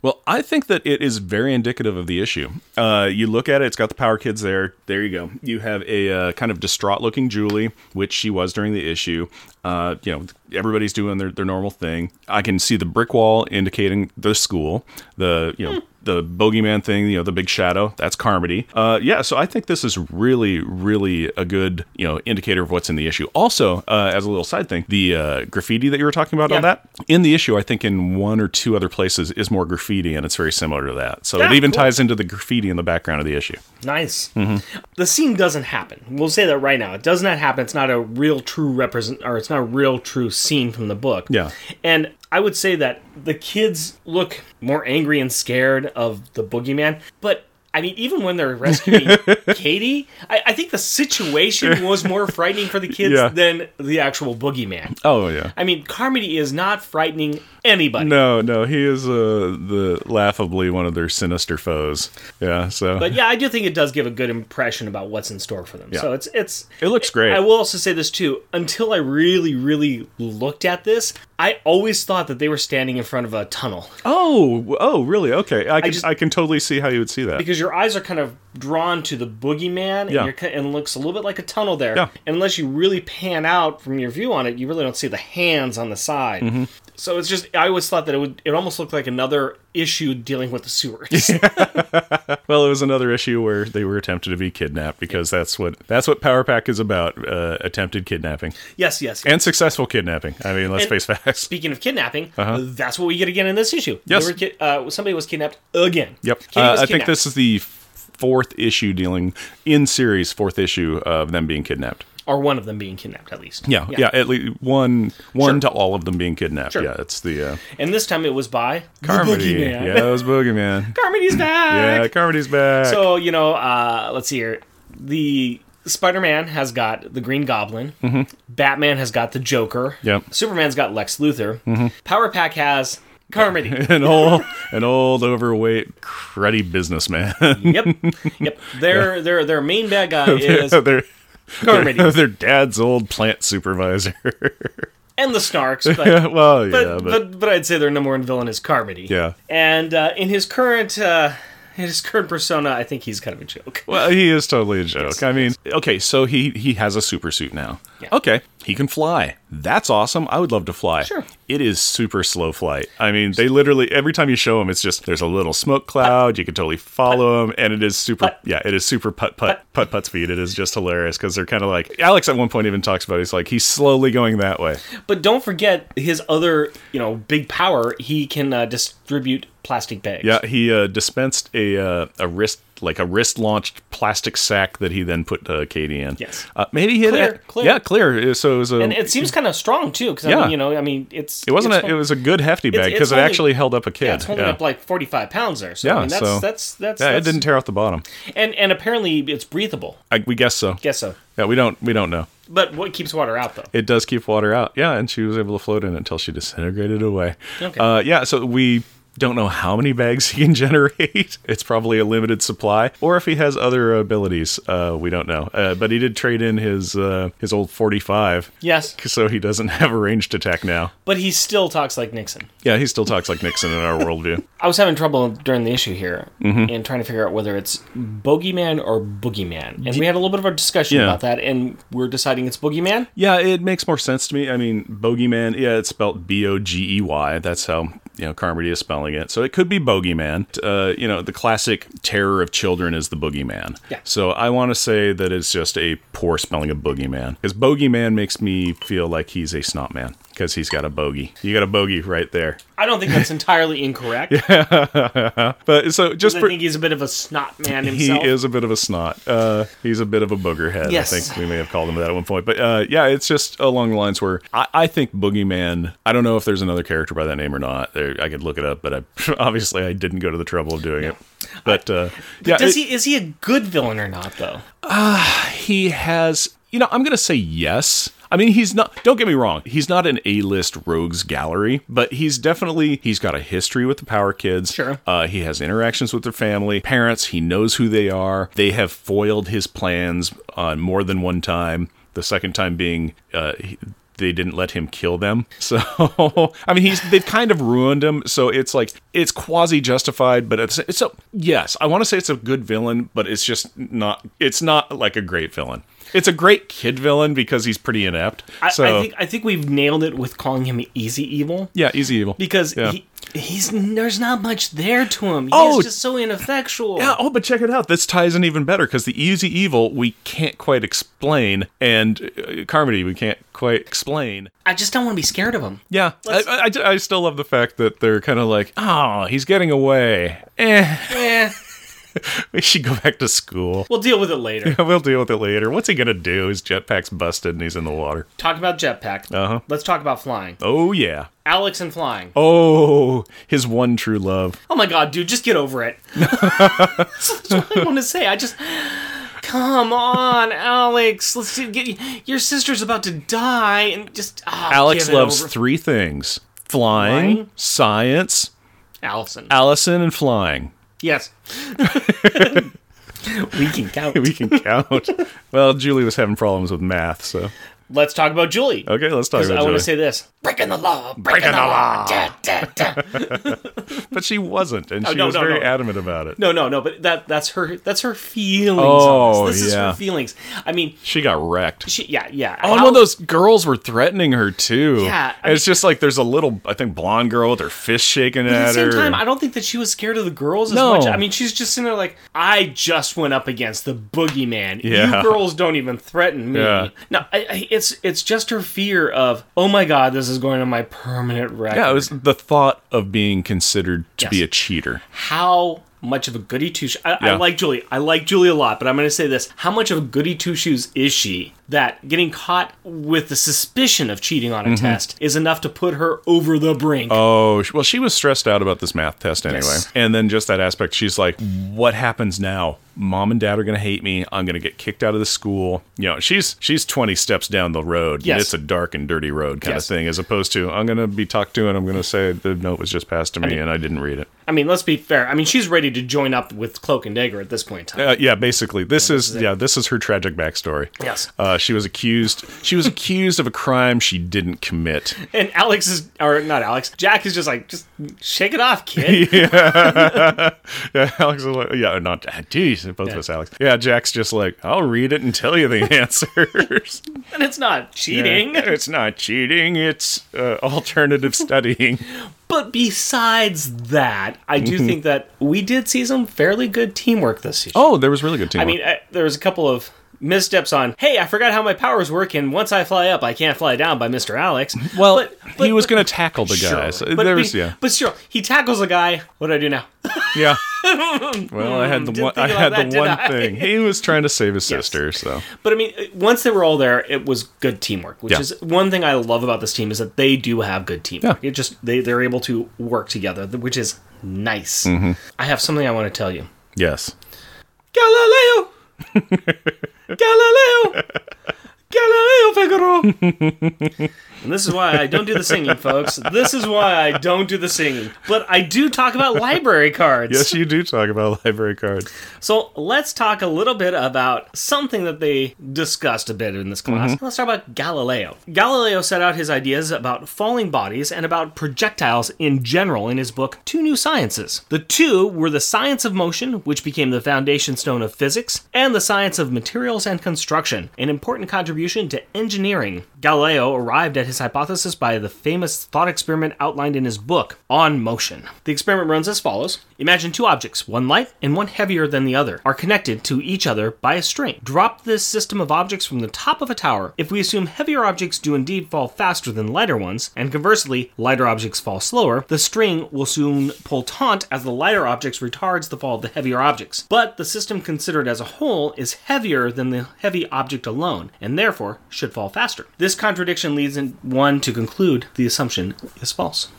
Well, I think that it is very indicative of the issue. Uh, you look at it; it's got the Power Kids there. There you go. You have a uh, kind of distraught-looking Julie, which she was during the issue. Uh, you know, everybody's doing their, their normal thing. I can see the brick wall indicating the school. The you know the bogeyman thing. You know, the big shadow. That's Carmody. Uh, yeah. So I think this is really, really a good you know indicator of what's in the issue. Also, uh, as a little side thing, the uh, graffiti that you were talking about
Yeah.
on that in the issue, I think in one or two other places is more graffiti, and it's very similar to that. So
Ah,
it even
cool.
ties into the graffiti in the background of the issue.
Nice. The scene doesn't happen. We'll say that right now. It does not happen. It's not a real true represent or it's not a real true scene from the book.
Yeah.
And I would say that the kids look more angry and scared of the boogeyman, but I mean, even when they're rescuing Katie, I, I think the situation was more frightening for the kids
Yeah.
than the actual boogeyman.
Oh yeah.
I mean, Carmody is not frightening anybody.
No, no, he is uh, the laughably one of their sinister foes. Yeah, so
But yeah, I do think it does give a good impression about what's in store for them. So it's it's
it looks great.
I will also say this too. Until I really, really looked at this, I always thought that they were standing in front of a tunnel
oh, oh, really? Okay, I can I,
just-
can totally see how you would see that.
because your eyes are kind of drawn to the boogeyman, and,
Yeah.
you're, ki- and it looks a little bit like a tunnel there.
Yeah.
And unless you really pan out from your view on it, you really don't see the hands on the side.
Mm-hmm.
So it's just I always thought that it would it almost looked like another issue dealing with the sewers.
well, it was another issue where they were attempted to be kidnapped because that's what that's what Power Pack is about: uh, attempted kidnapping
yes, yes.
and successful kidnapping. I mean, let's
And-
face facts.
Speaking of kidnapping, that's what we get again in this issue. They
Uh-huh. Yes.
were ki- uh, somebody was kidnapped again.
Yep.
Katie
Uh,
was
I think
kidnapped.
this is the fourth issue dealing in series, fourth issue of them being kidnapped.
or one of them being kidnapped at least.
Yeah, yeah, at least one one
Sure.
to all of them being kidnapped.
Sure.
Yeah, it's the uh,
And this time it was by
Carmody.
The boogeyman.
Yeah, it was Boogeyman.
Carmody's back.
yeah, Carmody's back.
So you know, uh, let's see here. The Spider-Man has got the Green Goblin. Batman has got the Joker.
Mm-hmm. Yep. Mm-hmm.
Superman's got Lex Luthor. Power Pack has Carmody.
an old, an old overweight, cruddy businessman.
yep. Yep. Their their their main bad guy is
their,
Carmody
their dad's old plant supervisor.
and the Snarks, but.
well,
But,
yeah, but,
but, but I'd say their number one villain is Carmody.
Yeah.
and uh, in his current uh, in his current persona, I think he's kind of a joke.
well, he is totally a joke. I mean, okay, so he he has a super suit now. Okay, he can fly. That's awesome. I would love to fly.
Sure.
It is super slow flight. I mean, they literally every time you show him, it's just there's a little smoke cloud. You can totally follow him, and it is super.
Putt.
Yeah, it is super putt putt putt putt speed. It is just hilarious because they're kind of like Alex at one point even talks about. it. He's like he's slowly going that way.
But don't forget his other, you know, big power. He can uh, distribute plastic bags.
Yeah, he uh, dispensed a uh, a wrist like a wrist launched plastic sack that he then put uh, Katie in.
Yes.
uh, maybe he had
Clear,
a-
clear.
Yeah, clear. So it was a.
and it seems kind of strong too, because I
Yeah.
mean, you know, I mean, it's
it wasn't
it's
a, it was a good hefty bag
it's
because it
only-
actually held up a kid.
yeah, it's holding
Yeah.
up like forty five pounds there. So I
Yeah,
mean, that's,
so-
that's that's
Yeah, it
that's
didn't tear off the bottom.
and and apparently it's breathable.
I, we guess so.
Guess so.
Yeah, we don't we don't know.
But what keeps water out though?
It does keep water out. Yeah, and she was able to float in it until she disintegrated away.
Okay.
Uh, yeah, so we Don't know how many bags he can generate. It's probably a limited supply, or if he has other abilities. Uh, we don't know. Uh, but he did trade in his uh, his old 45,
Yes,
so he doesn't have a ranged attack now.
but he still talks like Nixon.
Yeah, he still talks like Nixon in our worldview.
I was having trouble during the issue here
Mm-hmm.
and trying to figure out whether it's Bogeyman or Boogeyman. And we had a little bit of a discussion
Yeah.
about that, and we're deciding it's Boogeyman.
Yeah, it makes more sense to me. I mean, bogeyman. Yeah, it's spelled B-O-G-E-Y. E That's how you know Carmody is spelling it. So it could be bogeyman. Uh, you know, the classic terror of children is the boogeyman.
Yeah.
So I want to say that it's just a poor spelling of boogeyman because boogeyman makes me feel like he's a snot man because he's got a bogey. You got a bogey right there.
I don't think that's entirely incorrect.
But so just
I
for.
think he's a bit of a snot man
He
himself.
is a bit of a snot. Uh, he's a bit of a booger head.
Yes.
I think we may have called him that at one point. But uh, yeah, it's just along the lines where I, I think Boogeyman. I don't know if there's another character by that name or not. There, I could look it up, but I, obviously I didn't go to the trouble of doing it. But uh, yeah,
Does
it-
he is he a good villain or not though?
he has you know i'm gonna say yes i mean he's not don't get me wrong he's not an a-list rogues gallery but he's definitely he's got a history with the power kids
Sure.
uh, he has interactions with their family parents he knows who they are they have foiled his plans on more than one time the second time being uh, he- they didn't let him kill them. So I mean, he's they've kind of ruined him. So it's like it's quasi justified, but it's it's a yes. I want to say it's a good villain, but it's just not. It's not like a great villain. It's a great kid villain because he's pretty inept.
I,
so
I think I think we've nailed it with calling him easy evil
yeah, easy evil
because
Yeah.
he, he's there's not much there to him. He's
Oh.
just so ineffectual.
Yeah, oh, but check it out. This ties in even better because the easy evil we can't quite explain, and uh, Carmody we can't quite explain.
I just don't want to be scared of him.
Yeah, I, I- I ju- I still love the fact that they're kind of like, oh, he's getting away. Eh,
Eh,
we should go back to school.
we'll deal with it later.
We'll deal with it later. What's he gonna do? His jetpack's busted and he's in the water.
Talk about jetpack.
Uh-huh.
Let's talk about flying.
Oh yeah.
Alex and flying. Oh,
Oh, his one true love.
my god, dude, just get over it. That's what I want to say. I just come on, Alex. Let's see- get your sister's about to die, and just ah,
Alex
give it
loves
over.
three things: flying,
Flying?
science,
Allison.
Allison, and flying.
Yes. we can count.
We can count. well, Julie was having problems with math, so
Let's talk about Julie.
okay, let's talk
'Cause
about
I want
Julie.
to say this.
Breaking the law, breaking,
Breaking the law.
Da, da, da.
but she wasn't, and she
no,
was
no,
very
no.
adamant about it.
No, no, no. But that that's her. That's her feelings.
Oh,
on this. this is
yeah.
her feelings. I mean,
She got wrecked.
she. Yeah, yeah.
Oh, and
How-
one of those girls were threatening her too.
Yeah, I
And it's just like there's a little, I think, blonde girl with her fist shaking
But
at
at the same
her.
time, I don't think that she was scared of the girls as
No.
much. I mean, she's just sitting there like, I just went up against the boogeyman.
Yeah.
You girls don't even threaten me.
Yeah.
No, I, I, it's it's just her fear of, oh my god, this is going to my permanent record.
yeah, it was the thought of being considered to be
Yes.
a cheater.
how much of a goody two shoes. I,
Yeah.
I like Julie. I like Julie a lot, but I'm going to say this: how much of a goody two shoes is she that getting caught with the suspicion of cheating on a test is enough to put her over the brink?
Mm-hmm. Oh, sh- well, she was stressed out about this math test anyway.
Yes.
And then just that aspect, she's like, what happens now? Mom and dad are going to hate me. I'm going to get kicked out of the school. You know, she's she's 20 steps down the road.
Yes.
It's a dark and dirty road kind of
Yes.
thing, as opposed to I'm going to be talked to and I'm going to say the note was just passed to me and I didn't read it.
I mean, let's be fair. I mean, she's ready to join up with Cloak and Dagger at this point in time.
Uh, yeah, basically, this is yeah, this is her tragic backstory.
Yes.
uh, she was accused. She was accused of a crime she didn't commit.
And Alex is, or not Alex, Jack is just like, just shake it off, kid.
Yeah, Alex is like, yeah, not ah, geez, both of us, Alex. Yeah, Jack's just like, I'll read it and tell you the answers.
and it's not cheating.
it's not cheating. It's uh, alternative studying.
But besides that, I do think that we did see some fairly good teamwork this season.
Oh, there was really good
I
teamwork.
mean, I, there was a couple of missteps on. Hey, I forgot how my powers work, and once I fly up, I can't fly down by Mister Alex.
well,
but- but-
he was
but-
going to tackle the guy. So
but,
there
but-
was, yeah,
but sure, he tackles a guy. What do I do now?
yeah. Well, I had the
Hmm, didn't
one. I
think about
had
that,
the
did
one
I?
thing. He was trying to save his sister. So
But I mean, uh, once they were all there, it was good teamwork, which
Yeah.
is one thing I love about this team is that they do have good teamwork.
Yeah.
It just they they're able to work together, th- which is nice.
Mm-hmm.
I have something I want to tell you,
yes,
Galileo. Galileo. Galileo. Hail Figaro! and this is why I don't do the singing, folks. This is why I don't do the singing. But I do talk about library cards.
Yes, you do talk about library cards.
So let's talk a little bit about something that they discussed a bit in this class. Let's talk about Galileo. Galileo set out his ideas about falling bodies and about projectiles in general in his book Two New Sciences. The two were the science of motion, which became the foundation stone of physics, and the science of materials and construction, an important contribution to engineering. Galileo arrived at his hypothesis by the famous thought experiment outlined in his book On Motion. The experiment runs as follows. Imagine two objects, one light and one heavier than the other, are connected to each other by a string. Drop this system of objects from the top of a tower. If we assume heavier objects do indeed fall faster than lighter ones, and conversely, lighter objects fall slower, the string will soon pull taunt as the lighter objects retards the fall of the heavier objects. But the system considered as a whole is heavier than the heavy object alone, and therefore should fall faster. This contradiction leads in one to conclude the assumption is false.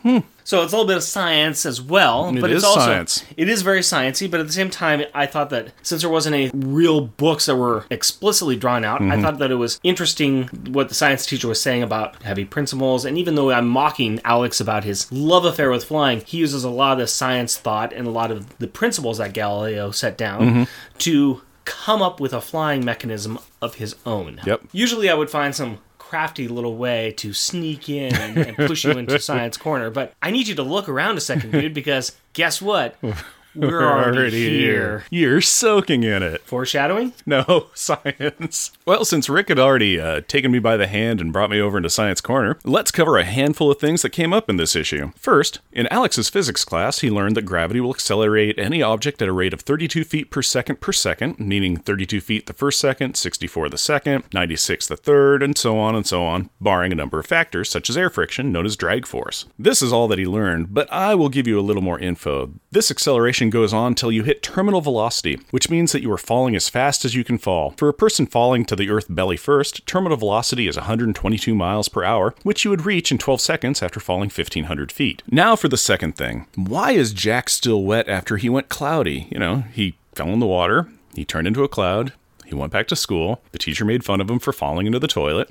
So it's a little bit of science as well, but
Hmm. is
it's also
science.
it is very sciencey. But at the same time, I thought that since there wasn't any real books that were explicitly drawn out, I thought that it was interesting what the science teacher was saying about heavy principles. And even though I'm mocking Alex about his love affair with flying, he uses a lot of the science thought and a lot of the principles that Galileo set down to come up with a flying mechanism of his own.
Yep.
Usually, I would find some crafty little way to sneak in and, and push you into science corner. But I need you to look around a second, dude, because guess what? We're, already, here.
You're soaking in it.
Foreshadowing?
No, science. Well, since Rick had already uh, taken me by the hand and brought me over into Science Corner, let's cover a handful of things that came up in this issue. First, in Alex's physics class, he learned that gravity will accelerate any object at a rate of 32 feet per second per second, meaning 32 feet the first second, 64 the second, 96 the third, and so on and so on, barring a number of factors such as air friction, known as drag force. This is all that he learned, but I will give you a little more info. This acceleration goes on till you hit terminal velocity, which means that you are falling as fast as you can fall. For a person falling to the earth belly first, terminal velocity is 122 miles per hour, which you would reach in 12 seconds after falling 1500 feet. Now for the second thing. Why is Jack still wet after he went cloudy? You know, he fell in the water, he turned into a cloud, he went back to school, the teacher made fun of him for falling into the toilet.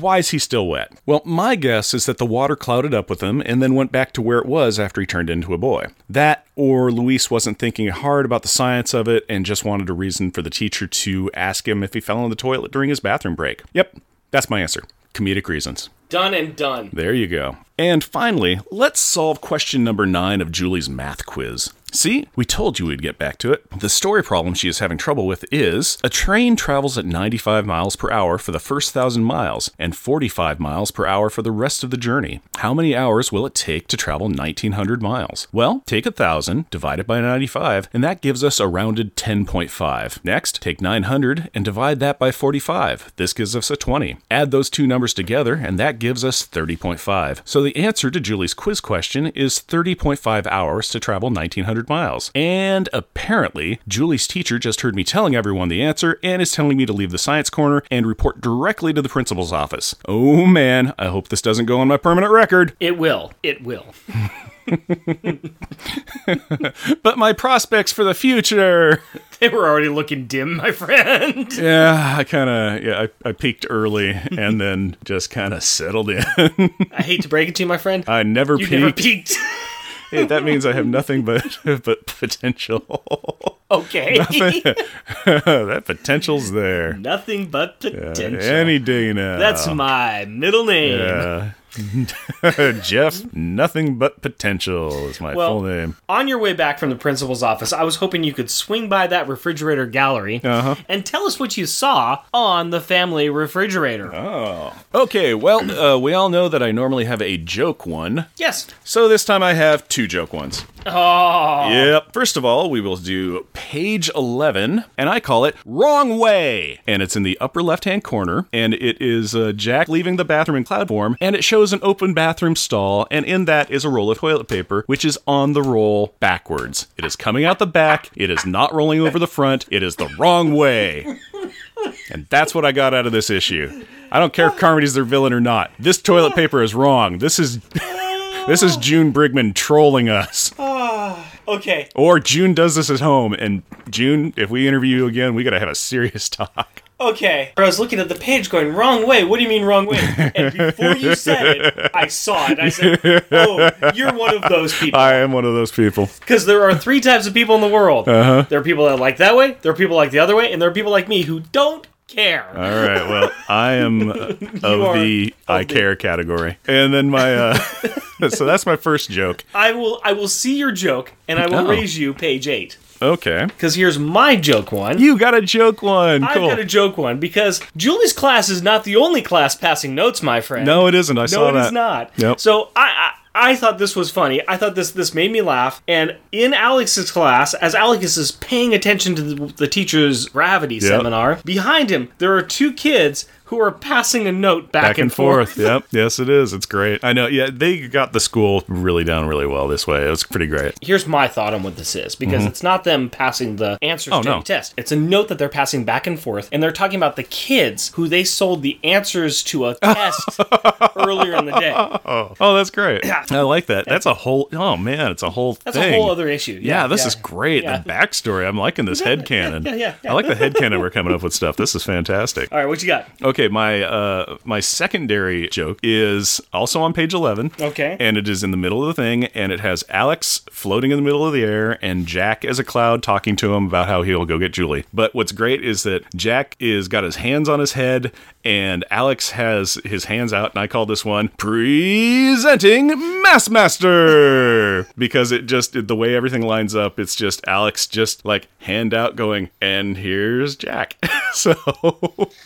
Why is he still wet? Well, my guess is that the water clouded up with him and then went back to where it was after he turned into a boy. That or Luis wasn't thinking hard about the science of it and just wanted a reason for the teacher to ask him if he fell in the toilet during his bathroom break. Yep, that's my answer. Comedic reasons.
Done and done.
There you go. And finally, let's solve question number nine of Julie's math quiz. See, we told you we'd get back to it. The story problem she is having trouble with is a train travels at 95 miles per hour for the first thousand miles and 45 miles per hour for the rest of the journey. How many hours will it take to travel 1900 miles? Well, take a thousand, divide it by 95, and that gives us a rounded 10.5. Next, take 900 and divide that by 45. This gives us a 20. Add those two numbers together, and that gives us 30.5. So the answer to Julie's quiz question is 30.5 hours to travel 1900 miles. And apparently, Julie's teacher just heard me telling everyone the answer and is telling me to leave the science corner and report directly to the principal's office. Oh man, I hope this doesn't go on my permanent record.
It will. It will.
But my prospects for the future.
They were already looking dim, my friend.
Yeah, I kind of yeah, I, I peaked early and then just kind of settled in.
I hate to break it to you, my friend.
I never
you
peaked.
never peaked.
Hey, that means I have nothing but but potential.
okay.
that potential's there.
Nothing but potential.
Any day now.
That's my middle name.
Uh, Jeff, nothing but potential is my
Well-
full name.
On your way back from the principal's office, I was hoping you could swing by that refrigerator gallery and tell us what you saw on the family refrigerator.
Okay, well, uh, we all know that I normally have a joke one,
Yes.
so this time I have two joke ones. Oh. Yep. First of all, we will do page 11, and I call it Wrong Way. And it's in the upper left hand corner, and it is uh, Jack leaving the bathroom in cloud form, and it shows an open bathroom stall, and in that is a roll of toilet paper, which is on the roll backwards. It is coming out the back, it is not rolling over the front, it is the wrong way. And that's what I got out of this issue. I don't care if Carmody's their villain or not. This toilet paper is wrong. This is this is June Brigman trolling us.
Okay.
Or June does this at home. And June, if we interview you again, we got to have a serious talk.
Okay. I was looking at the page going, wrong way. What do you mean wrong way? And before you said it, I saw it. I said, oh, you're one of those people.
I am one of those people.
Because there are three types of people in the world. Uh-huh. There are people that like that way, there are people like the other way, and there are people like me who don't care.
All right. Well, I am uh, of
are
the I care category. And then my uh so that's my first joke.
I will I will see your joke and I will
Oh.
raise you page eight.
Okay.
Because here's my joke one.
You got a joke one.
I've
cool.
got a joke one because Julie's class is not the only class passing notes, my friend.
no, it isn't. I
no,
saw
it
that.
is not.
Nope.
So I, I I thought this was funny. I thought this this made me laugh. And in Alex's class, as Alex is paying attention to the, the teacher's gravity seminar, behind him there are two kids who are passing a note back,
Back and forth. yep. Yes, it is. It's great. I know. Yeah, they got the school really down really well this way. It was pretty great.
Here's my thought on what this is because it's not them passing the answers
Mm-hmm. Oh,
to
no.
the test. It's a note that they're passing back and forth, and they're talking about the kids who they sold the answers to a test earlier in the day.
Oh, that's great. I like that. That's a whole. Oh man, it's a whole
That's
thing.
a whole other issue.
Yeah, this is great.
Yeah.
The backstory. I'm liking this headcanon.
yeah, yeah, yeah.
I like the headcanon we're coming up with stuff. This is fantastic.
All right, what you got?
Okay, my uh my secondary joke is also on page 11.
Okay.
And it is in the middle of the thing and it has Alex floating in the middle of the air and Jack as a cloud talking to him about how he'll go get Julie. But what's great is that Jack is got his hands on his head and Alex has his hands out and I call this one presenting Massmaster because it just the way everything lines up it's just Alex just like hand out going and here's Jack. so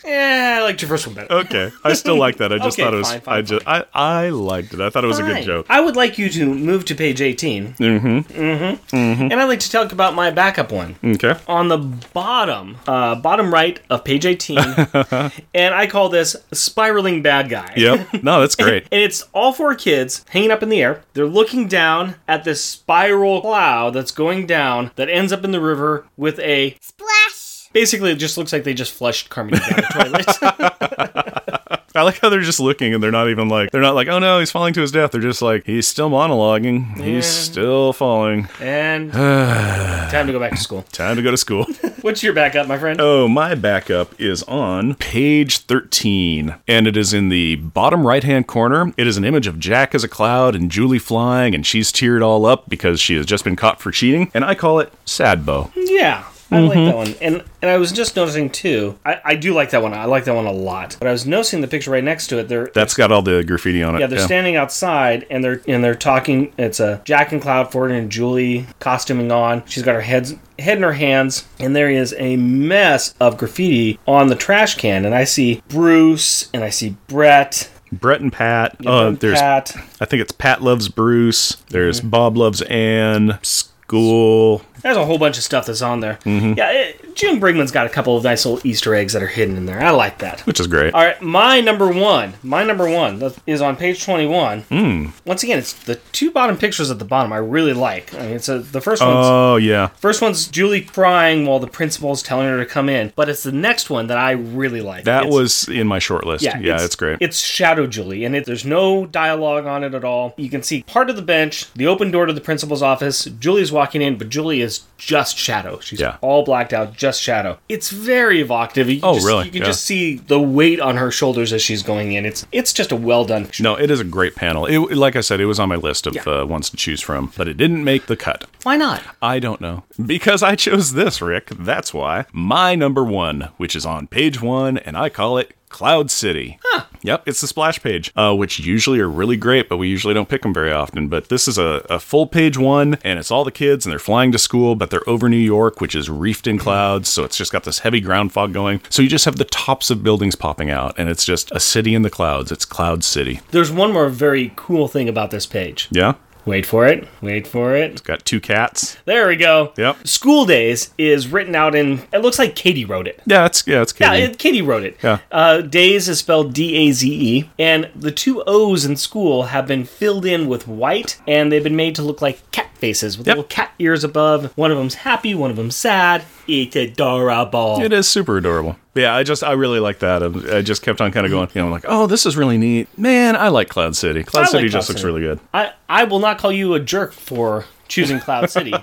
Eh, I liked your first one better.
Okay, I still like that. I just
Okay,
thought it was.
fine, fine,
I just I I liked it. I thought it was a good
Fine.
joke.
I would like you to move to page 18. Mm-hmm. Mm-hmm.
Mm-hmm.
And I'd like to talk about my backup one.
Okay.
On the bottom, uh, bottom right of page 18, and I call this spiraling bad guy.
Yep. No, that's great.
And it's all four kids hanging up in the air. They're looking down at this spiral cloud that's going down that ends up in the river with a.
Splash!
Basically, it just looks like they just flushed Carmine down the toilet.
I like how they're just looking and they're not even like they're not like oh no he's falling to his death. They're just like he's still monologuing. He's still falling.
and time to go back to school.
Time to go to school.
What's your backup, my friend?
Oh, my backup is on page 13, and it is in the bottom right hand corner. It is an image of Jack as a cloud and Julie flying, and she's teared all up because she has just been caught for cheating, and I call it Sad Bow.
Yeah. I like that one, and and I was just noticing too. I, I do like that one. I like that one a lot. But I was noticing the picture right next to it. They're
That's got all the graffiti on it.
yeah, they're standing outside and they're and they're talking. It's a Jack and Cloudford and Julie costuming on. She's got her heads head in her hands, and there is a mess of graffiti on the trash can. And I see Bruce, and I see Brett.
Brett and Pat. uh,
and
there's
Pat. Mm-hmm.
I think it's Pat loves Bruce. There's Bob loves Anne. School.
There's a whole bunch of stuff that's on there. Yeah, it, Jim Brigman's got a couple of nice little Easter eggs that are hidden in there. I like that.
Which is great.
All right, my number one, my number one that is on page twenty-one. Once again, it's the two bottom pictures at the bottom. I really like. I mean, it's a, the first one's
Oh yeah.
first one's Julie crying while the principal's telling her to come in, but it's the next one that I really like.
That
It's-
was in my short list. Yeah, it's, great.
It's Shadow Julie, and it, there's no dialogue on it at all. You can see part of the bench, the open door to the principal's office. Julie's walking in, but Julie is just Shadow. She's
Yeah.
all blacked out, just Shadow. It's very evocative. You can
Oh,
just,
really?
You can
Yeah.
just see the weight on her shoulders as she's going in. It's it's just a well done. picture.
no, it is a great panel. It, like I said, it was on my list of uh, ones to choose from, but it didn't make the cut.
Why not?
I don't know. Because I chose this, Rick. That's why. My number one, which is on page one, and I call it Cloud City. Huh. Yep, it's the splash page, uh, which usually are really great, but we usually don't pick them very often. But this is a, a full page one, and it's all the kids, and they're flying to school, but they're over New York, which is reefed in clouds. So it's just got this heavy ground fog going. So you just have the tops of buildings popping out, and it's just a city in the clouds. It's Cloud City.
There's one more very cool thing about this page.
Yeah?
Wait for it. Wait for it.
Got two cats.
There we go.
Yep.
School days is written out in. It looks like Katie wrote it.
Yeah, it's, yeah, it's
Yeah,
Katie.
it, Katie wrote it.
Yeah.
Uh, days is spelled D A Z E, and the two O's in school have been filled in with white, and they've been made to look like cat faces with
Yep.
little cat ears above. One of them's happy, one of them's sad. It's adorable.
It is super adorable. Yeah, I just I really like that. I, I just kept on kind of going, you know, like, oh, this is really neat, man. I like Cloud City. Cloud
I like
City
Cloud
just looks
City.
really good.
I I will not
Uh-huh.
call you a jerk for choosing Cloud City,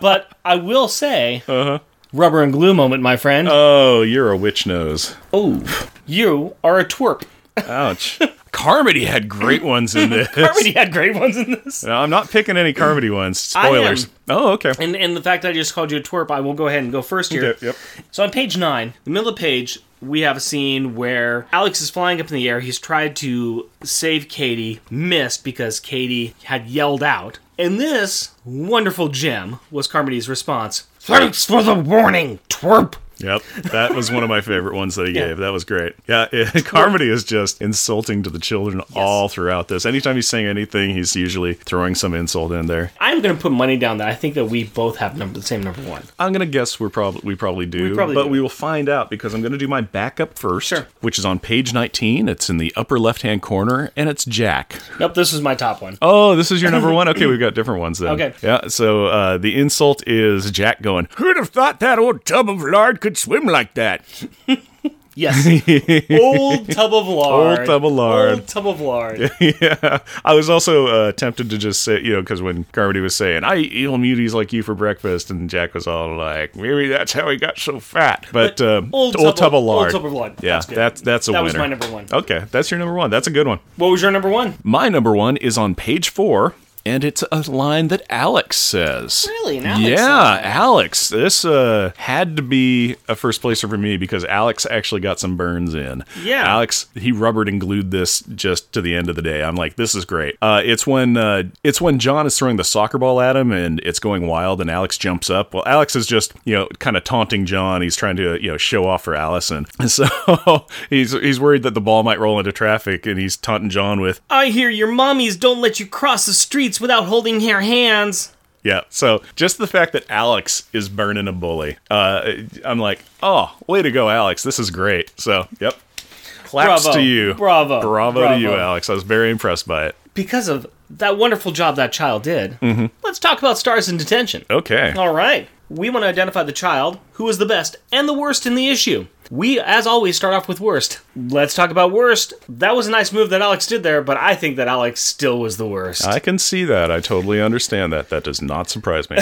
but I will say rubber and glue moment, my friend.
Oh, you're a witch nose.
oh, you are a twerp.
Ouch. Carmody had great ones in this.
Carmody had great ones in this.
No, I'm not picking any Carmody ones.
I am.
Spoilers. Oh, okay.
And and the fact that I just called you a twerp, I will go ahead and go first here.
Yep, yep.
So on page nine, the middle of the page, we have a scene where Alex is flying up in the air. He's tried to save Katie, missed because Katie had yelled out. And this wonderful gem was Carmody's response.
Thanks for the warning, twerp.
Yep. That was one of my favorite ones that he gave. That was great. Yeah. It, Carmody is just insulting to the children all throughout this. Anytime he's saying anything, he's usually throwing some insult in there.
I'm going to put money down that I think that we both have number, the same number one.
I'm gonna guess we're probably we probably do,
We probably
but
do.
we will find out because I'm gonna do my backup first,
Sure.
which is on page 19. It's in the upper left-hand corner, and it's Jack.
Nope, this was my top one.
Oh, this is your number one. Okay, we've got different ones then.
Okay.
yeah. So uh, the insult is Jack going,
Who'd have thought that old tub of lard could swim like that?
Yes. Old tub of lard.
Old tub of lard.
Old tub of lard.
yeah. I was also uh, tempted to just say, you know, because when Carmody was saying, I eat eel muties like you for breakfast, and Jack was all like, maybe that's how he got so fat. But, uh,
old tub of- old tub of lard.
Yeah,
That's
that's,
good.
that's, a
That
winner.
was my number one. Uh,
Okay, that's your number one. That's a good one.
What was your number one?
My number one is on page four, and it's a line that Alex says.
Really? An Alex
yeah,
line?
Alex. This uh, had to be a first placer for me because Alex actually got some burns in.
Yeah.
Alex, he rubbered and glued this just to the end of the day. I'm like, this is great. Uh, it's when uh, it's when John is throwing the soccer ball at him and it's going wild, and Alex jumps up. Well, Alex is just you know kind of taunting John. He's trying to you know show off for Allison, and so he's he's worried that the ball might roll into traffic, and he's taunting John with
I hear your mommies don't let you cross the streets without holding their hands.
Yeah. So just the fact that Alex is burning a bully, uh, I'm like, oh, way to go, Alex. This is great. So, yep. Claps
Bravo.
to you.
Bravo.
Bravo.
Bravo.
to you, Alex. I was very impressed by it.
Because of that wonderful job that child did,
Mm-hmm.
let's talk about stars in detention.
Okay.
All right. We want to identify the child who is the best and the worst in the issue. We, as always, start off with worst. Let's talk about worst. That was a nice move that Alex did there, but I think that Alex still was the worst.
I can see that. I totally understand that. That does not surprise me.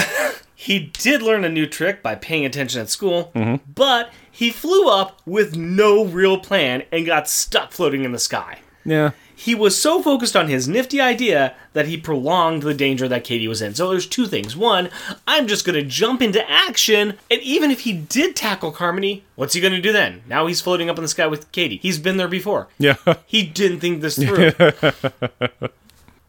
He did learn a new trick by paying attention at school, but he flew up with no real plan and got stuck floating in the sky.
yeah.
He was so focused on his nifty idea that he prolonged the danger that Katie was in. So there's two things. One, I'm just going to jump into action, and even if he did tackle Carmody, what's he going to do then? Now he's floating up in the sky with Katie. He's been there before.
Yeah.
He didn't think this through.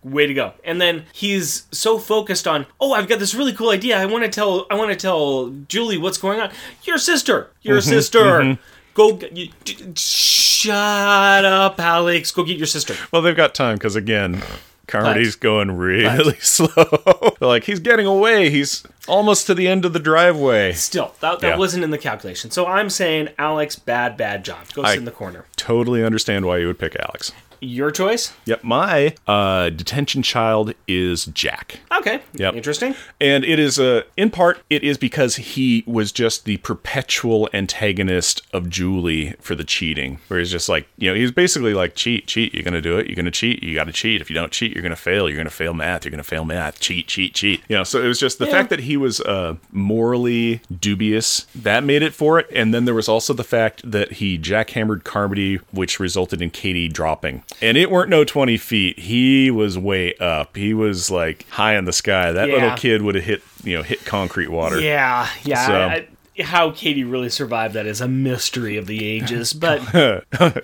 Way to go. And then he's so focused on, "Oh, I've got this really cool idea. I want to tell I want to tell Julie what's going on. Your sister. Your
Mm-hmm,
sister. Go g- you, d- d- shut up, Alex. Go get your sister."
Well, they've got time because, again, Carmody's going really slow. They're like, he's getting away. He's almost to the end of the driveway.
Still, that, that
Yeah.
wasn't in the calculation. So I'm saying Alex bad bad job. Go sit in the corner.
Totally understand why you would pick Alex.
Your choice?
Yep. My uh, detention child is Jack.
Okay.
Yep.
Interesting.
and it is uh, in part it is because he was just the perpetual antagonist of Julie for the cheating, where he's just like you know he's basically like cheat, cheat, you're gonna do it, you're gonna cheat, you gotta cheat. If you don't cheat, you're gonna fail, you're gonna fail math, you're gonna fail math, cheat, cheat, cheat. You know, so it was just the fact that he was uh, morally dubious that made it for it, and then there was also the fact that he jackhammered Carmody, which resulted in Katie dropping, and it weren't no twenty feet. He was way up. He was like high in the sky. That
Yeah.
little kid kid would have hit you know hit concrete water.
Yeah, yeah.
So-
I- I- how Katie really survived that is a mystery of the ages, but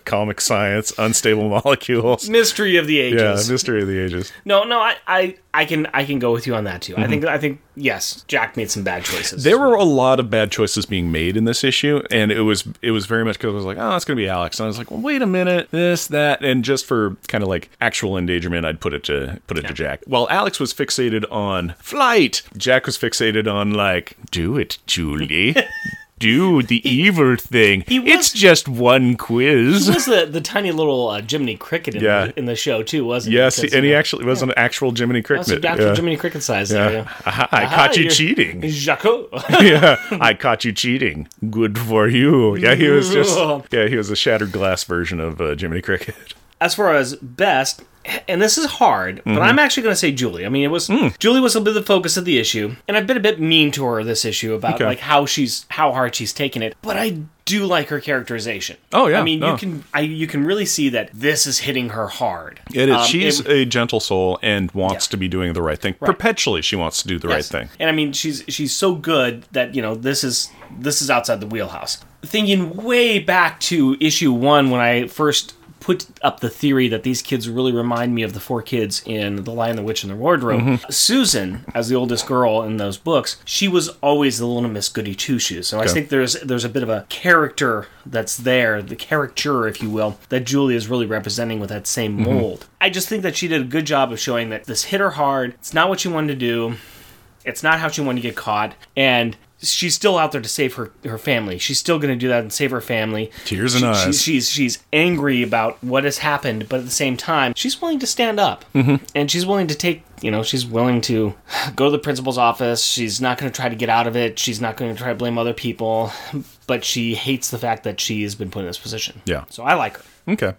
Comic science, unstable molecules.
mystery of the
Yeah,
ages.
mystery of the ages.
no, no, I, I, I can, I can go with you on that too. I think, I think, yes, Jack made some bad choices.
Mm-hmm. There were a lot of bad choices being made in this issue, and it was it was very much because I was like, oh, it's gonna be Alex, and I was like, well, wait a minute, this that, and just for kind of like actual endangerment, I'd put it to put it to Jack. While Alex was fixated on flight, Jack was fixated on like, do it, Julie. Do the evil thing.
was-
it's just one quiz.
He was the, the tiny little uh, Jiminy Cricket in,
Yeah.
the, in the show too, wasn't
Yes,
he? Because,
and
you
he
know,
actually was an actual Jiminy
that was
Cricket.
Dr.
yeah.
Jiminy Cricket size
Yeah.
there. yeah.
Aha, I caught you
you're-
cheating.
Jaco.
yeah, I caught you cheating. Good for you. Yeah, he was just yeah, he was a shattered glass version of uh, Jiminy Cricket.
As far as best, and this is hard,
Mm-hmm.
but I'm actually going to say Julie. I mean, it was
Mm.
Julie was a bit the focus of the issue, and I've been a bit mean to her this issue about
Okay.
like how she's how hard she's taken it, but I do like her characterization.
Oh, yeah,
I mean,
no.
you can I you can really see that this is hitting her hard.
It is.
Um,
she's
it-
a gentle soul and wants
Yeah.
to be doing the right thing. Perpetually, she wants to do the right
Yes.
thing.
And I mean, she's she's so good that you know this is this is outside the wheelhouse. Thinking way back to issue one when I first put up the theory that these kids really remind me of the four kids in The Lion, the Witch, and the Wardrobe.
Mm-hmm.
Susan, as the oldest girl in those books, she was always the little Miss Goody Two Shoes. So I think there's there's a bit of a character that's there, the caricature, if you will, that Julie is really representing with that same
Mm-hmm.
mold. I just think that she did a good job of showing that this hit her hard. It's not what she wanted to do. It's not how she wanted to get caught, and she's still out there to save her her family. She's still going to do that and save her family.
Tears in
She- she-
eyes.
she's she's angry about what has happened, but at the same time, she's willing to stand up, mm-hmm. and she's willing to take. You know, she's willing to go to the principal's office. She's not going to try to get out of it. She's not going to try to blame other people, but she hates the fact that she has been put in this position.
Yeah.
So I like her.
Okay.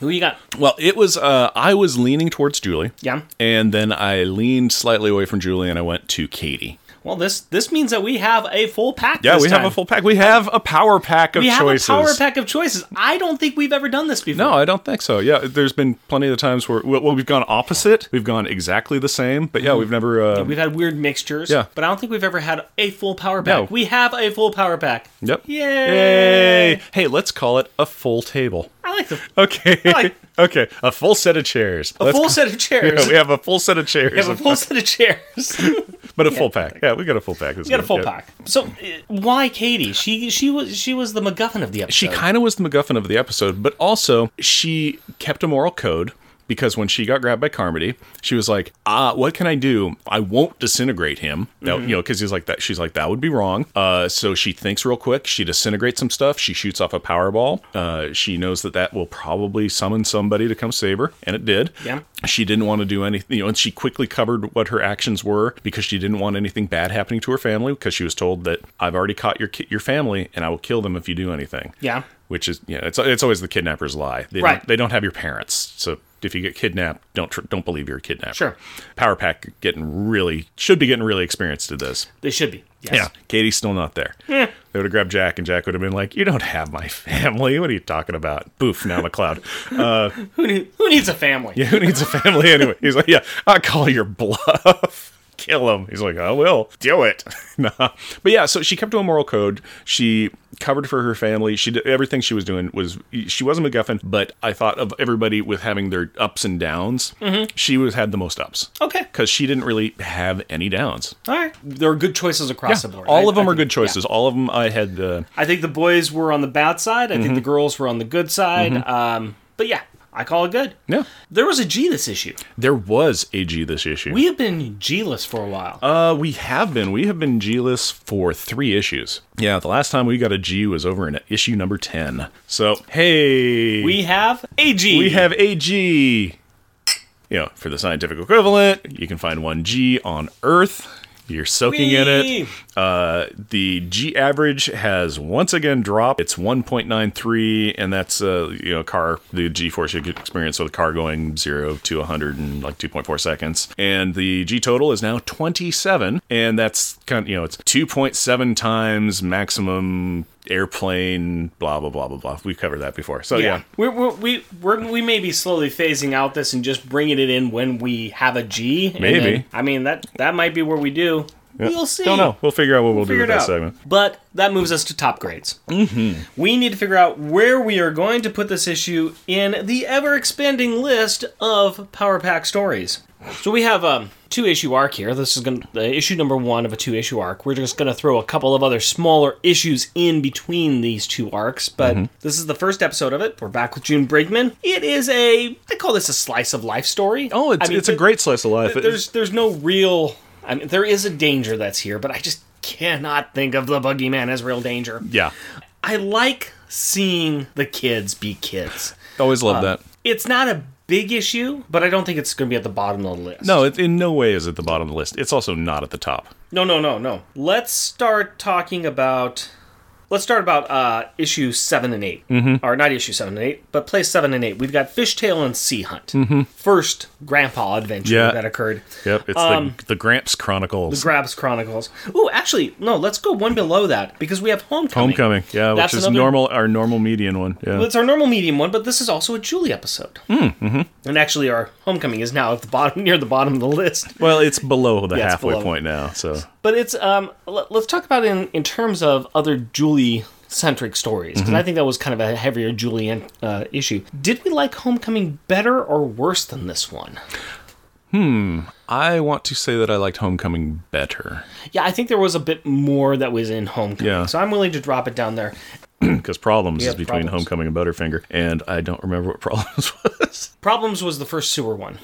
Who you got?
Well, it was. Uh, I was leaning towards Julie.
Yeah.
And then I leaned slightly away from Julie, and I went to Katie.
Well, this this means that we have a full pack.
Yeah,
this
we have
time.
a full pack. We have a power pack of
We have
choices.
a power pack of choices. I don't think we've ever done this before.
No, Oh, I don't think so. Yeah, there's been plenty of times where well, well, we've gone opposite, we've gone exactly the same, but
Mm.
yeah, we've never. Uh,
We've had weird mixtures.
Yeah.
But I don't think we've ever had a full power pack.
No.
We have a full power pack.
Yep.
Yay.
Yay! Oh, Hey, let's call it a full table.
I like the
Okay.
like-
okay. A full set of chairs.
a full set of chairs.
we have a full set of chairs,
we have a full set of chairs. we
but a full pack. Yeah, we got a full pack. We
got a full pack. So uh, why Katie? She she was she was the MacGuffin of the episode.
She kind of was the MacGuffin of the episode, but also she kept a moral code because when she got grabbed by Carmody, she was like, "Ah, what can I do? I won't disintegrate him." No,
Mm-hmm.
you know, because he's like that. She's like, "That would be wrong." Uh, so she thinks real quick. She disintegrates some stuff. She shoots off a Powerball. Uh, she knows that that will probably summon somebody to come save her, and it did.
Yeah.
She didn't want to do anything, you know, and she quickly covered what her actions were because she didn't want anything bad happening to her family because she was told that I've already caught your ki- your family and I will kill them if you do anything.
Yeah.
Which is yeah, it's it's always the kidnapper's lie. They
Right.
Don't, they don't have your parents, so if you get kidnapped, don't tr- don't believe you're a kidnapper.
Sure.
Power Pack getting really should be getting really experienced at this.
They should be. Yes.
Yeah. Katie's still not there. They would have grabbed Jack, and Jack would have been like, "You don't have my family. What are you talking about?" Boof. Now McCloud.
Who need, who needs a family?
Yeah, who needs a family anyway? He's like, yeah, I call your bluff. Kill him. He's like, I will do it. nah. But yeah, so she kept to a moral code. She covered for her family. She did everything she was doing was she was a MacGuffin. But I thought of everybody with having their ups and downs.
Mm-hmm.
She was had the most ups.
Okay.
because she didn't really have any downs.
All right. There are good choices across the board.
all
I-
of them
I
are
think-
good
yeah.
choices. All of them I had. Uh,
I think the boys were on the bad side. I
Mm-hmm.
think the girls were on the good side. Um, but yeah, I call it good.
yeah,
There was a G this issue.
there was a G this issue.
We have been G-less for a while.
Uh, we have been. We have been G-less for three issues. Yeah, the last time we got a G was over in issue number 10. So, hey,
we have a G.
we have a G. You know, for the scientific equivalent, you can find one G on Earth. You're soaking in
Whee!
it. Uh, the G average has once again dropped. It's 1.93, and that's uh, you know car the G force you could experience with a car going zero to 100 in like 2.4 seconds. And the G total is now 27, and that's kind of you know it's 2.7 times maximum airplane. Blah blah blah blah blah. We've covered that before. So yeah.
yeah. We're, we're, we we're, we may be slowly phasing out this and just bringing it in when we have a G. and
Maybe.
then- I mean that that might be where we do. We'll see.
Don't know. We'll figure out what we'll, do
Figure
with
it
that
out.
segment.
But that moves us to top grades. Mm-hmm. We need to figure out where we are going to put this issue in the ever expanding list of Power Pack stories. So we have um, two issue arc here. This is going to the issue number one of a two issue arc. We're just going to throw a couple of other smaller issues in between these two arcs, but
Mm-hmm.
this is the first episode of it. We're back with June Brigman. It is a I call this a slice of life story.
Oh, it's,
I mean,
it's a
th-
great slice of life.
there's there's no real. I mean, there is a danger that's here, but I just cannot think of the Boogeyman as real danger.
yeah,
I like seeing the kids be kids.
always love
Um,
that.
It's not a big issue, but I don't think it's going to be at the bottom of the list.
No, it, in no way is it the bottom of the list. It's also not at the top.
no, no, no, no. Let's start talking about. Let's start about uh, issue seven and 8
Mm-hmm.
or not issue seven and eight, but place seven and eight. We've got Fishtail and Sea Hunt. First grandpa
Mm-hmm.
adventure
Yeah.
that occurred.
Yep, it's
Um,
the the Gramps Chronicles.
Grabs Chronicles. Ooh, actually, no. Let's go one below that because we have Homecoming.
Homecoming, yeah, which
That's
is
another-
normal our normal median one. Yeah.
Well, it's our normal medium one, but this is also a Julie episode.
Hmm,
Mm, mm-hmm. And actually, our Homecoming is now at the bottom, near the bottom of the list.
well, it's below the
it's
halfway
below.
point now. So
But it's um, l- let's talk about it in in terms of other Julie centric stories
Mm-hmm.
because I think that was kind of a heavier Julian uh, issue. Did we like Homecoming better or worse than this one?
I want to say that I liked Homecoming better
Yeah, I think there was a bit more that was in Homecoming,
Yeah.
so I'm willing to drop it down there.
because problems
Yeah,
is between
Problems.
Homecoming and Butterfinger, and I don't remember what problems was.
Problems was the first sewer one.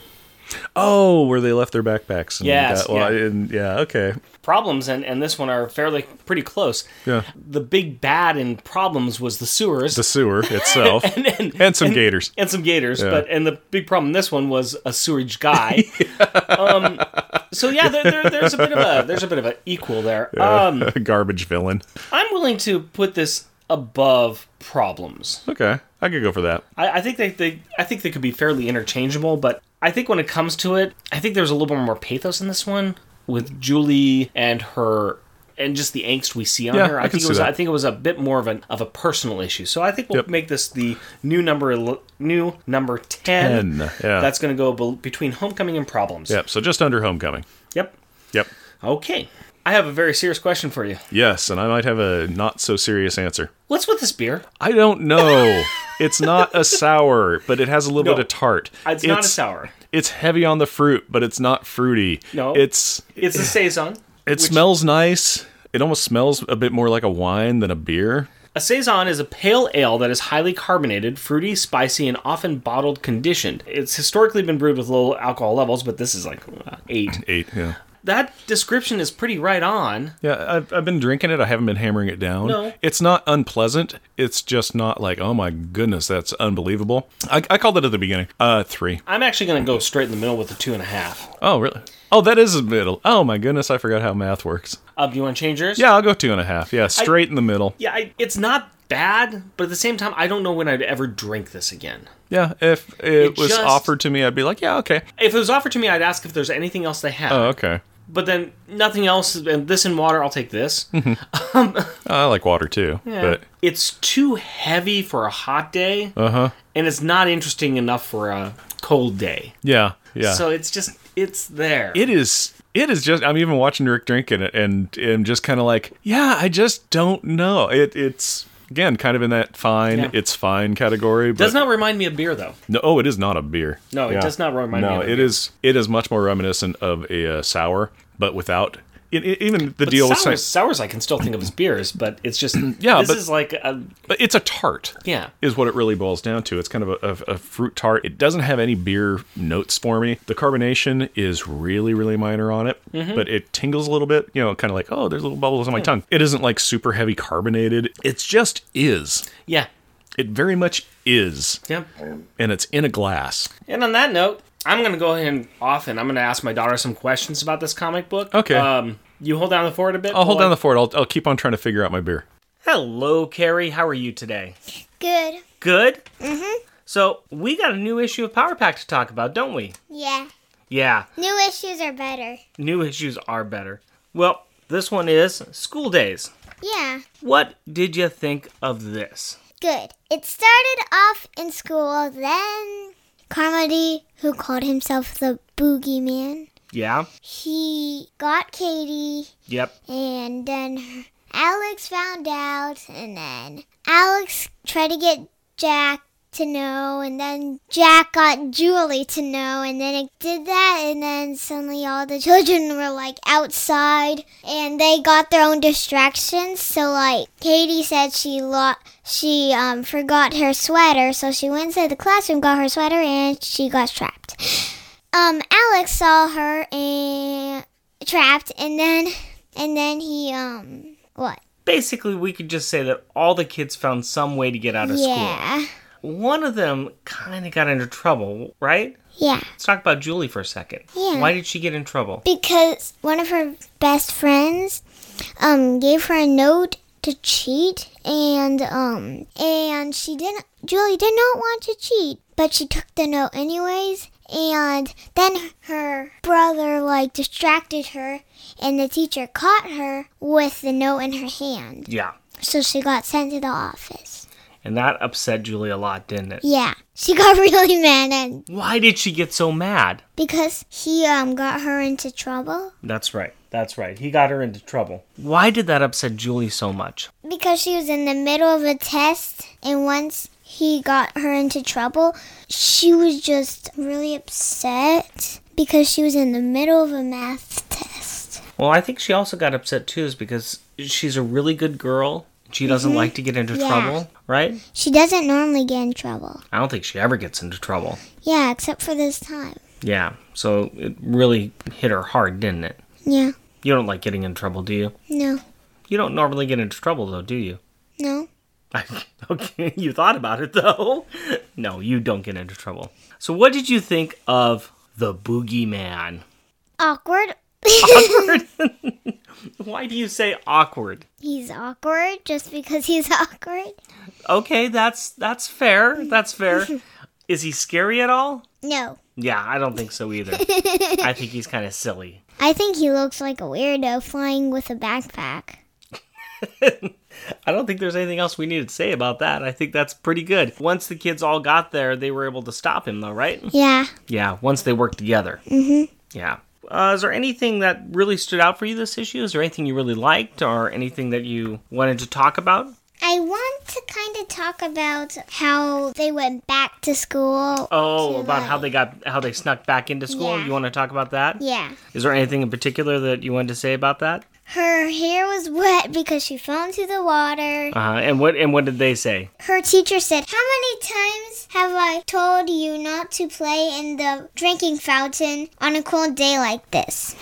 Oh, where they left their backpacks. And
Yes,
got- well, I
yeah.
didn't- yeah. Okay.
Problems and, and this one are fairly pretty close.
Yeah.
The big bad in Problems was the sewers.
The sewer itself and,
and-
some gators.
and some gators. But and the big problem in this one was a sewerage guy. um, so yeah, there, there, there's a bit of a there's a bit of an equal there. Um,
Garbage villain.
I'm willing to put this above problems.
Okay. I could go for that.
I, I think they, they I think they could be fairly interchangeable, but I think when it comes to it, I think there's a little bit more pathos in this one with Julie and her. And just the angst we see on
Yeah,
her,
I
I,
can
think
see
it was.
that.
I think it was a bit more of an of a personal issue. So I think we'll
Yep.
make this the new number el- new number ten.
10, yeah.
that's going to go be- between Homecoming and Problems.
Yep. So just under Homecoming.
Yep.
Yep.
Okay. I have a very serious question for you.
Yes, and I might have a not so serious answer.
What's with this beer?
I don't know. it's not a sour, but it has a little
No.
bit of tart.
It's, not a sour.
It's heavy on the fruit, but it's not fruity.
No.
It's
It's a saison.
it smells nice. It almost smells a bit more like a wine than a beer.
A saison is a pale ale that is highly carbonated, fruity, spicy, and often bottled conditioned. It's historically been brewed with low alcohol levels, but this is like uh, eight.
Eight, yeah.
That description is pretty right on.
Yeah, I've, I've been drinking it. I haven't been hammering it down.
No.
It's not unpleasant. It's just not like, oh my goodness, that's unbelievable. I, I called it at the beginning. Uh, three.
I'm actually going to go straight in the middle with a two and a half.
Oh, really? Oh, that is a middle. Oh my goodness, I forgot how math works.
Uh, do you want to change yours?
Yeah, I'll go two and a half. Yeah, straight in the middle.
Yeah, I, it's not bad, but at the same time, I don't know when I'd ever drink this again.
Yeah, if it,
It
was
just-
offered to me, I'd be like, yeah, okay.
If it was offered to me, I'd ask if there's anything else they have.
Oh, okay.
but then nothing else. And this and water, I'll take this.
I like water too, but
it's too heavy for a hot day,
Uh-huh.
and it's not interesting enough for a cold day.
yeah, yeah.
So it's just it's there.
it is it is just i'm even watching rick drinking it and and just kind of like yeah i just don't know it it's again kind of in that fine
Yeah.
it's fine category but
does not remind me of beer though.
no oh it is not a beer
No, it does not remind me
no
of a
it
beer.
is it is much more reminiscent of a uh, sour but without it, it- even the deal
sours,
with
sours I can still think of as beers, but it's just
Yeah,
This
but-
is like a,
but it's a tart
yeah.
is what it really boils down to. It's kind of a, a, a fruit tart. It doesn't have any beer notes for me. The carbonation is really, really minor on it,
Mm-hmm.
but it tingles a little bit. You know, kind of like, oh, there's little bubbles on my tongue. It isn't like super heavy carbonated. It just is.
yeah,
It very much is.
yeah.
And it's in a glass.
And on that note, I'm gonna go ahead and off, and I'm gonna ask my daughter some questions about this comic book.
Okay.
Um, you hold down the fort a bit.
I'll hold
while
down
I-
the fort. I'll, I'll keep on trying to figure out my beer.
Hello, Carrie. How are you today?
Good.
Good? Mm-hmm. So, we got a new issue of Power Pack to talk about, don't we?
Yeah.
Yeah,
New issues are better.
new issues are better. Well, this one is School Days.
Yeah.
What did you think of this?
Good. It started off in school, then Carmody, who called himself the Boogeyman,
Yeah?
he got Katie,
Yep.
and then Alex found out, and then Alex tried to get Jack to know, and then Jack got Julie to know, and then it did that, and then suddenly all the children were like outside, and they got their own distractions. So like Katie said, she lo- she um, forgot her sweater, so she went inside the classroom, got her sweater, and she got trapped. Um, Alex saw her and trapped, and then and then he um what?
Basically, we could just say that all the kids found some way to get out of
Yeah.
school. One of them kind of got into trouble, right?
Yeah.
Let's talk about Julie for a second.
Yeah.
Why did she get in trouble?
because one of her best friends um, gave her a note to cheat and um and she didn't Julie did not want to cheat, but she took the note anyways and then her brother like distracted her and the teacher caught her with the note in her hand.
Yeah.
So she got sent to the office.
And that upset Julie a lot, didn't it?
Yeah. She got really mad and
Why did she get so mad?
because he um got her into trouble
That's right. That's right. He got her into trouble. Why did that upset Julie so much?
because she was in the middle of a test and once he got her into trouble, she was just really upset because she was in the middle of a math test.
Well, I think she also got upset too, is because she's a really good girl. She doesn't like to get into
Yeah.
trouble, right?
She doesn't normally get in trouble.
I don't think she ever gets into trouble.
Yeah, except for this time.
Yeah. So it really hit her hard, didn't it?
Yeah.
You don't like getting in trouble, do you?
No.
You don't normally get into trouble, though, do you?
No.
okay, you thought about it, though. No, you don't get into trouble. So, what did you think of the boogeyman?
Awkward.
Why do you say awkward?
he's awkward just because he's awkward.
Okay, that's that's fair. That's fair. Is he scary at all?
No.
Yeah, I don't think so either. I think he's kind of silly.
I think he looks like a weirdo flying with a backpack.
I don't think there's anything else we need to say about that. I think that's pretty good. Once the kids all got there, they were able to stop him, though, right?
Yeah.
Yeah, once they worked together. Mm-hmm. Yeah. Uh, is there anything that really stood out for you this issue? Is there anything you really liked or anything that you wanted to talk about?
I want to kind of talk about how they went back to school.
Oh,
to,
about how
like-
they got how they snuck back into school.
Yeah.
You want to talk about that? Is
Yeah.
there anything in particular that you wanted to say about that?
Her hair was wet because she fell into the water.
Uh, and what and what did they say?
Her teacher said, How many times have I told you not to play in the drinking fountain on a cold day like this?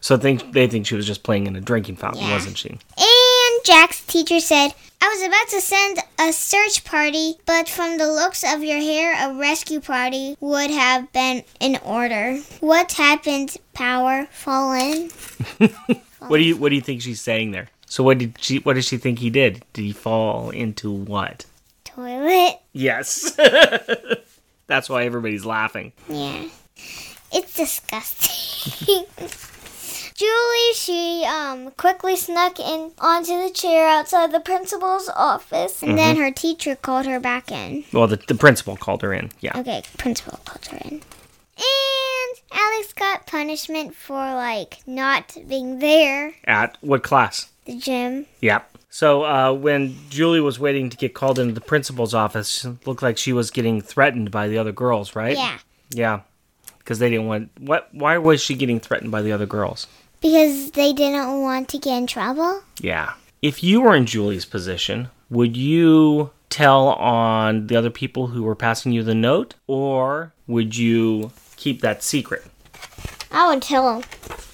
So think they think she was just playing in a drinking fountain, wasn't she?
And Jack's teacher said, I was about to send a search party, but from the looks of your hair, a rescue party would have been in order. What happened, Power? Fallen?
What do you what do you think she's saying there? So what did she what does she think he did? Did he fall into what?
Toilet?
Yes. That's why everybody's laughing.
Yeah. It's disgusting. Julie, she um quickly snuck in onto the chair outside the principal's office, and then her teacher called her back in.
Well, the, the principal called her in. Yeah.
Okay, principal called her in. And Alex got punishment for like not being there.
At what class?
The gym.
Yeah. So uh, when Julie was waiting to get called into the principal's office, it looked like she was getting threatened by the other girls, right?
Yeah,
Yeah. Because they didn't want. What? Why was she getting threatened by the other girls?
because they didn't want to get in trouble.
Yeah. If you were in Julie's position, would you tell on the other people who were passing you the note, or would you keep that secret?
I would tell them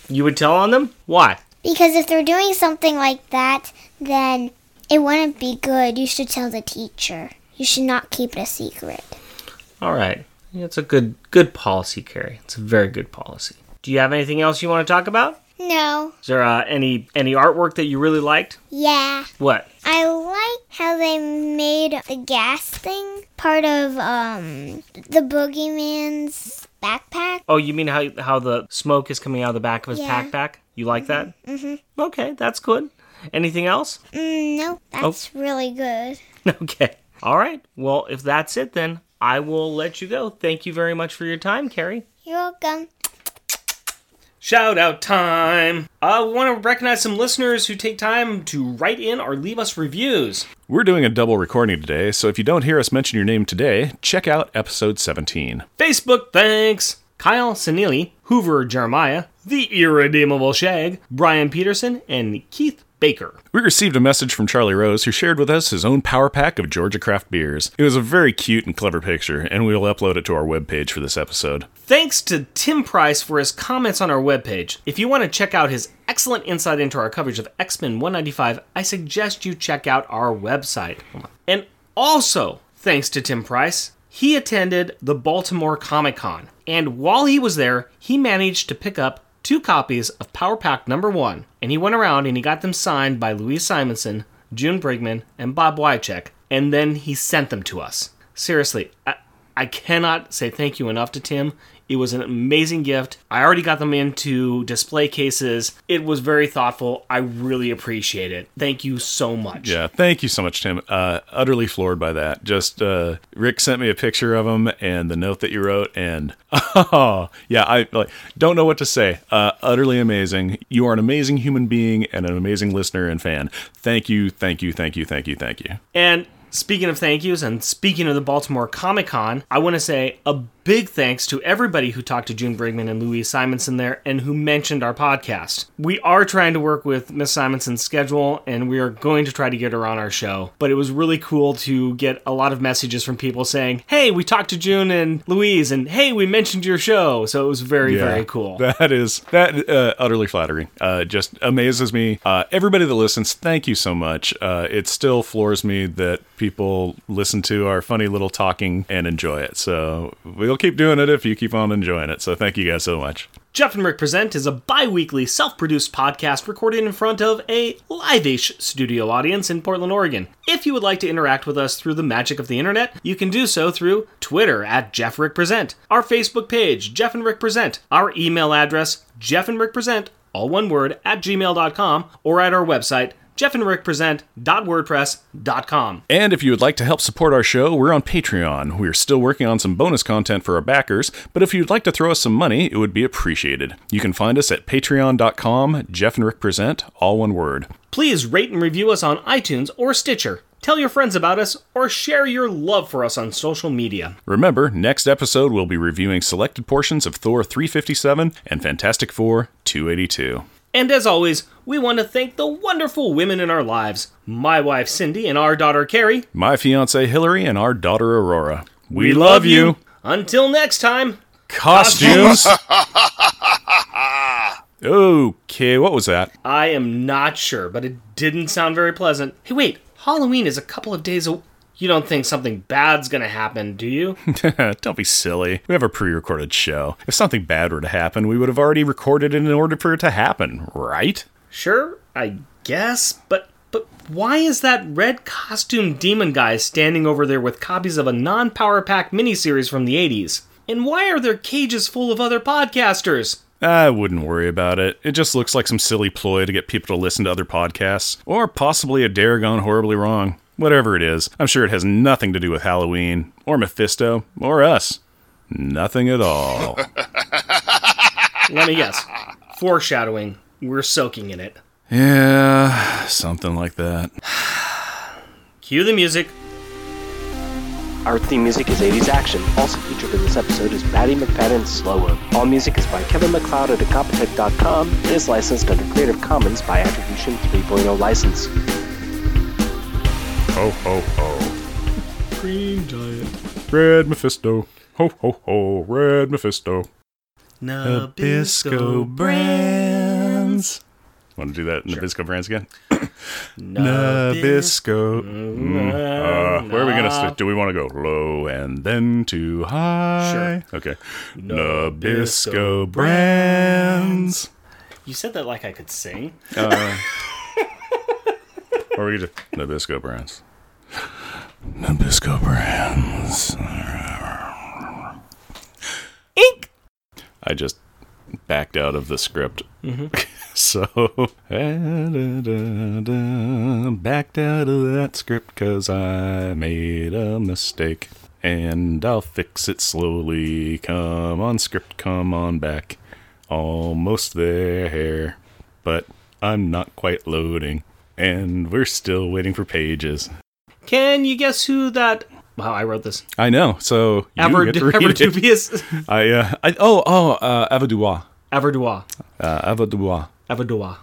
You would tell on them. Why?
because if they're doing something like that, then it wouldn't be good. You should tell the teacher. You should not keep it a secret.
All right. It's a good good policy, Carrie. It's a very good policy. Do you have anything else you want to talk about?
No.
Is there uh, any any artwork that you really liked?
Yeah.
What?
I like how they made the gas thing part of um the boogeyman's backpack.
Oh, you mean how how the smoke is coming out of the back of his
Yeah.
backpack? You like that? Mm-hmm. Okay, that's good. Anything else?
Mm, no, that's really good.
Okay. All right. Well, if that's it, then I will let you go. Thank you very much for your time, Carrie.
You're welcome.
Shout out time! I want to recognize some listeners who take time to write in or leave us reviews.
We're doing a double recording today, so if you don't hear us mention your name today, check out episode 17.
Facebook thanks Kyle Sanili, Hoover Jeremiah, The Irredeemable Shag, Brian Peterson, and Keith Baker.
We received a message from Charlie Rose, who shared with us his own power pack of Georgia craft beers. It was a very cute and clever picture, and we will upload it to our webpage for this episode.
Thanks to Tim Price for his comments on our webpage. If you want to check out his excellent insight into our coverage of X Men 195, I suggest you check out our website. And also, thanks to Tim Price, he attended the Baltimore Comic Con. And while he was there, he managed to pick up two copies of Power Pack number one, and he went around and he got them signed by Louise Simonson, June Brigman, and Bob Wycheck, and then he sent them to us. Seriously, I, I cannot say thank you enough to Tim. It was an amazing gift. I already got them into display cases. It was very thoughtful. I really appreciate it. Thank you so much.
Yeah, Uh, thank you so much, Tim. Uh, utterly floored by that. Just uh, Rick sent me a picture of him and the note that you wrote, and oh yeah, I like don't know what to say. Uh, utterly amazing. You are an amazing human being and an amazing listener and fan. Thank you, thank you, thank you, thank you, thank you.
And speaking of thank yous and speaking of the Baltimore Comic Con, I want to say a big thanks to everybody who talked to June Brigman and Louise Simonson there and who mentioned our podcast. We are trying to work with Miss Simonson's schedule and we are going to try to get her on our show. But it was really cool to get a lot of messages from people saying, hey, we talked to June and Louise and hey, we mentioned your show. So it was very,
Yeah.
very cool.
That is that uh, utterly flattering. Uh, just amazes me. Uh, everybody that listens, thank you so much. Uh, it still floors me that people listen to our funny little talking and enjoy it. So we'll keep doing it if you keep on enjoying it. So thank you guys so much.
Jeff and Rick Present is a bi weekly self produced podcast recorded in front of a live ish studio audience in Portland, Oregon. If you would like to interact with us through the magic of the internet, you can do so through Twitter at Jeff Rick Present, our Facebook page, Jeff and Rick Present, our email address, Jeff and Rick Present, all one word, at gmail.com, or at our website, jeffandrickpresent.wordpress.com.
And if you would like to help support our show, we're on Patreon. We're still working on some bonus content for our backers, but if you'd like to throw us some money, it would be appreciated. You can find us at patreon.com, Jeff and Rick Present, all one word.
Please rate and review us on iTunes or Stitcher. Tell your friends about us or share your love for us on social media.
Remember, next episode we'll be reviewing selected portions of Thor 357 and Fantastic Four 282.
And as always, we want to thank the wonderful women in our lives my wife Cindy and our daughter Carrie.
My fiance Hillary and our daughter Aurora. We,
Until next time,
Costumes. okay, what was that?
I am not sure, but it didn't sound very pleasant. Hey, wait, Halloween is a couple of days away. You don't think something bad's gonna happen, do you?
Don't be silly. We have a pre-recorded show. If something bad were to happen, we would have already recorded it in order for it to happen, right?
sure, I guess, but but why is that red costumed demon guy standing over there with copies of a non-power pack miniseries from the 80s? And why are there cages full of other podcasters?
I wouldn't worry about it. It just looks like some silly ploy to get people to listen to other podcasts, or possibly a dare gone horribly wrong. Whatever it is, I'm sure it has nothing to do with Halloween, or Mephisto, or us. Nothing at all.
Let me guess. Foreshadowing. We're soaking in it.
yeah, something like that.
Cue the music.
Our theme music is 80s Action. Also featured in this episode is Maddie McFadden's Slow One. All music is by Kevin McLeod at Incompetech.com and is licensed under Creative Commons by Attribution 3.0 license.
Ho ho ho. Green Giant. Red Mephisto. Ho ho ho. Red Mephisto.
Nabisco
Brands. Want to do that in Nabisco Brands again? Nabisco.
Mm,
Uh, where are we gonna st- do? We want to go low and then to high. Sure. Okay. Nabisco brands.
You said that like I could sing.
Or we could just Nabisco brands. Nabisco brands.
Ink.
I just backed out of the script.
Mm-hmm.
so backed out of that script because I made a mistake. And I'll fix it slowly. Come on, script, come on back. Almost there. But I'm not quite loading. And we're still waiting for pages.
Can you guess who that? Wow, I wrote this.
I know. So you
Ever,
get to read
ever
it.
dubious.
I, uh, I oh oh uh, Avadoua.
Everdois.
Uh, Avadoua.
Everdois.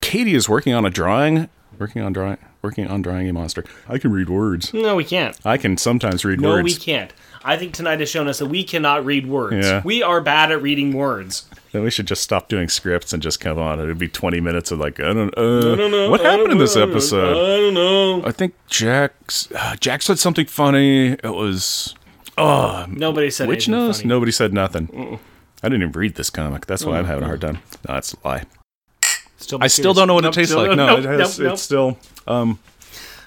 Katie is working on a drawing. Working on drawing. Working on drawing a monster. I can read words.
No, we can't.
I can sometimes read
No,
words.
we can't. I think tonight has shown us that we cannot read words.
Yeah.
We are bad at reading words.
Then we should just stop doing scripts and just come on. It'd be twenty minutes of like I don't. Uh,
don't know,
What
I don't
happened in this uh,
know, Uh, I don't-
episode?
I don't know.
I think Jack's uh, Jack said something funny. It was oh,
Nobody said
which
anything
nose?
funny.
Nobody said nothing. I didn't even read this comic. That's why I'm having a hard time. No, that's a lie.
Still
I still don't know what it tastes like. No, it has,
nope,
it's still. Um,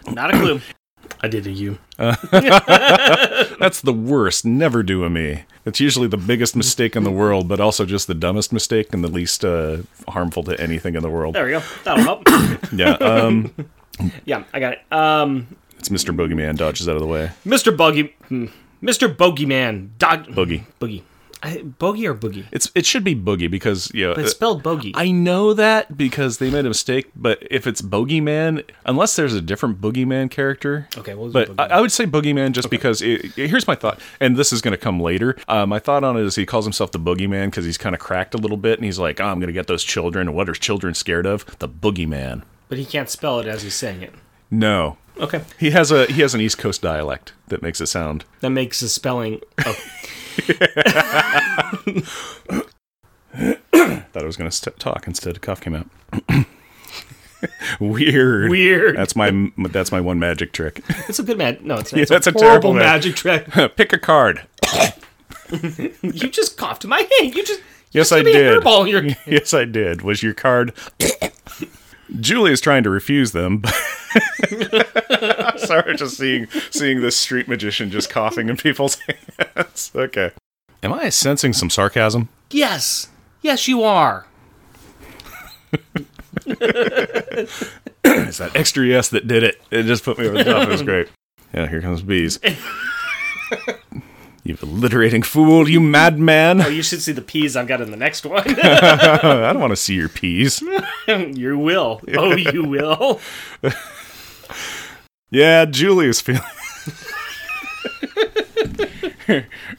nope. not a clue. I did a U.
that's the worst. Never do a me. It's usually the biggest mistake in the world, but also just the dumbest mistake and the least uh, harmful to anything in the world.
There we go. That'll help.
Yeah. Um,
yeah, I got it. Um,
it's Mr. Boogeyman dodges out of the way.
Mr. Bogey, hmm, Mr. Bogeyman, Dog
Boogie.
Boogie, I, Bogey or Boogie?
It's it should be Boogie because you know, uh,
But it's spelled Bogey.
I know that because they made a mistake, but if it's Bogeyman, unless there's a different Boogeyman character.
Okay, we'll do
but I,
Boogeyman.
I would say Boogeyman just because it, it- here's my thought, and this is going to come later. Uh, my thought on it is he calls himself the Boogeyman because he's kind of cracked a little bit, and he's like, oh, I'm going to get those children. and What are children scared of? The Boogeyman.
but he can't spell it as he's saying it.
No,
Okay,
he has a he has an East Coast dialect that makes it sound.
that makes his spelling. Oh,
Thought I was going to st- talk instead. Cough came out. Weird.
Weird.
That's my m- that's my one magic trick.
it's a good man. No, it's not.
Yeah,
it's
that's a
a
terrible
horrible
man.
magic trick.
Pick a card.
You just coughed in my hand. You just
Yes,
you
I
just gave me an
did.
Airball in your
Yes, I did. Was your card? Julie is trying to refuse them. But I'm Sorry, just seeing seeing this street magician just coughing in people's hands. Okay. Am I sensing some sarcasm?
yes, yes, you are.
It's that extra yes that did it. It just put me over the top. It was great. Yeah, here comes bees. you alliterating fool! You madman!
Oh, you should see the peas I've got in the next one.
I don't want to see your peas.
you will. Oh, you will.
Yeah, Julie is feeling.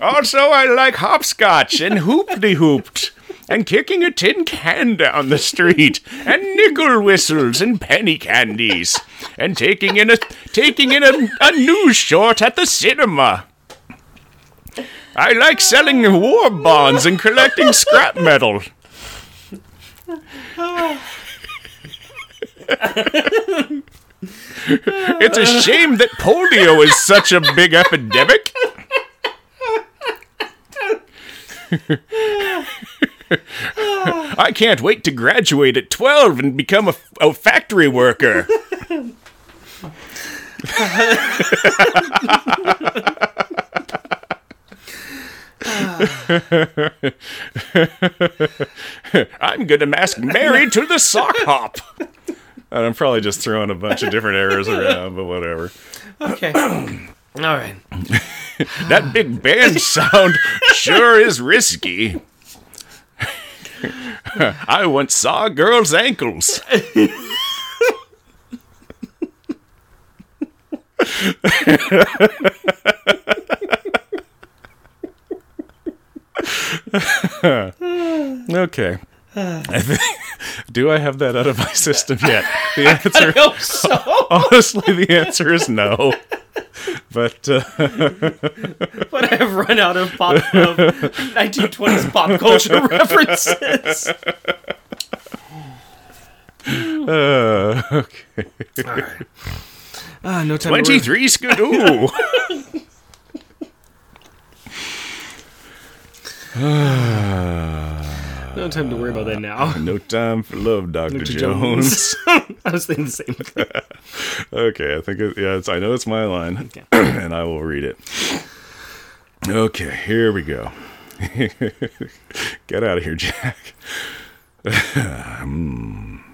Also, I like hopscotch and hoopty hooped, and kicking a tin can down the street, and nickel whistles and penny candies, and taking in a taking in a, a news short at the cinema. I like selling war bonds and collecting scrap metal. it's a shame that polio is such a big epidemic. I can't wait to graduate at 12 and become a, a factory worker. I'm gonna mask Mary to the sock hop.
I'm probably just throwing a bunch of different errors around, but whatever.
Okay. All right.
That big band sound sure is risky. I once saw a girl's ankles.
Okay. I think, do I have that out of my system yet? The answer,
Oh, so,
honestly, the answer is no. But uh,
but I've run out of pop of 1920s pop culture references.
uh, okay.
Ah, no time.
23 skidoo.
To worry, no time to worry about that now.
No time for love, Doctor
Dr.
Jones.
I was thinking the same thing.
Okay, I think it, yeah, it's, I know it's my line, and I will read it. Okay, here we go. Get out of here, Jack. Hmm.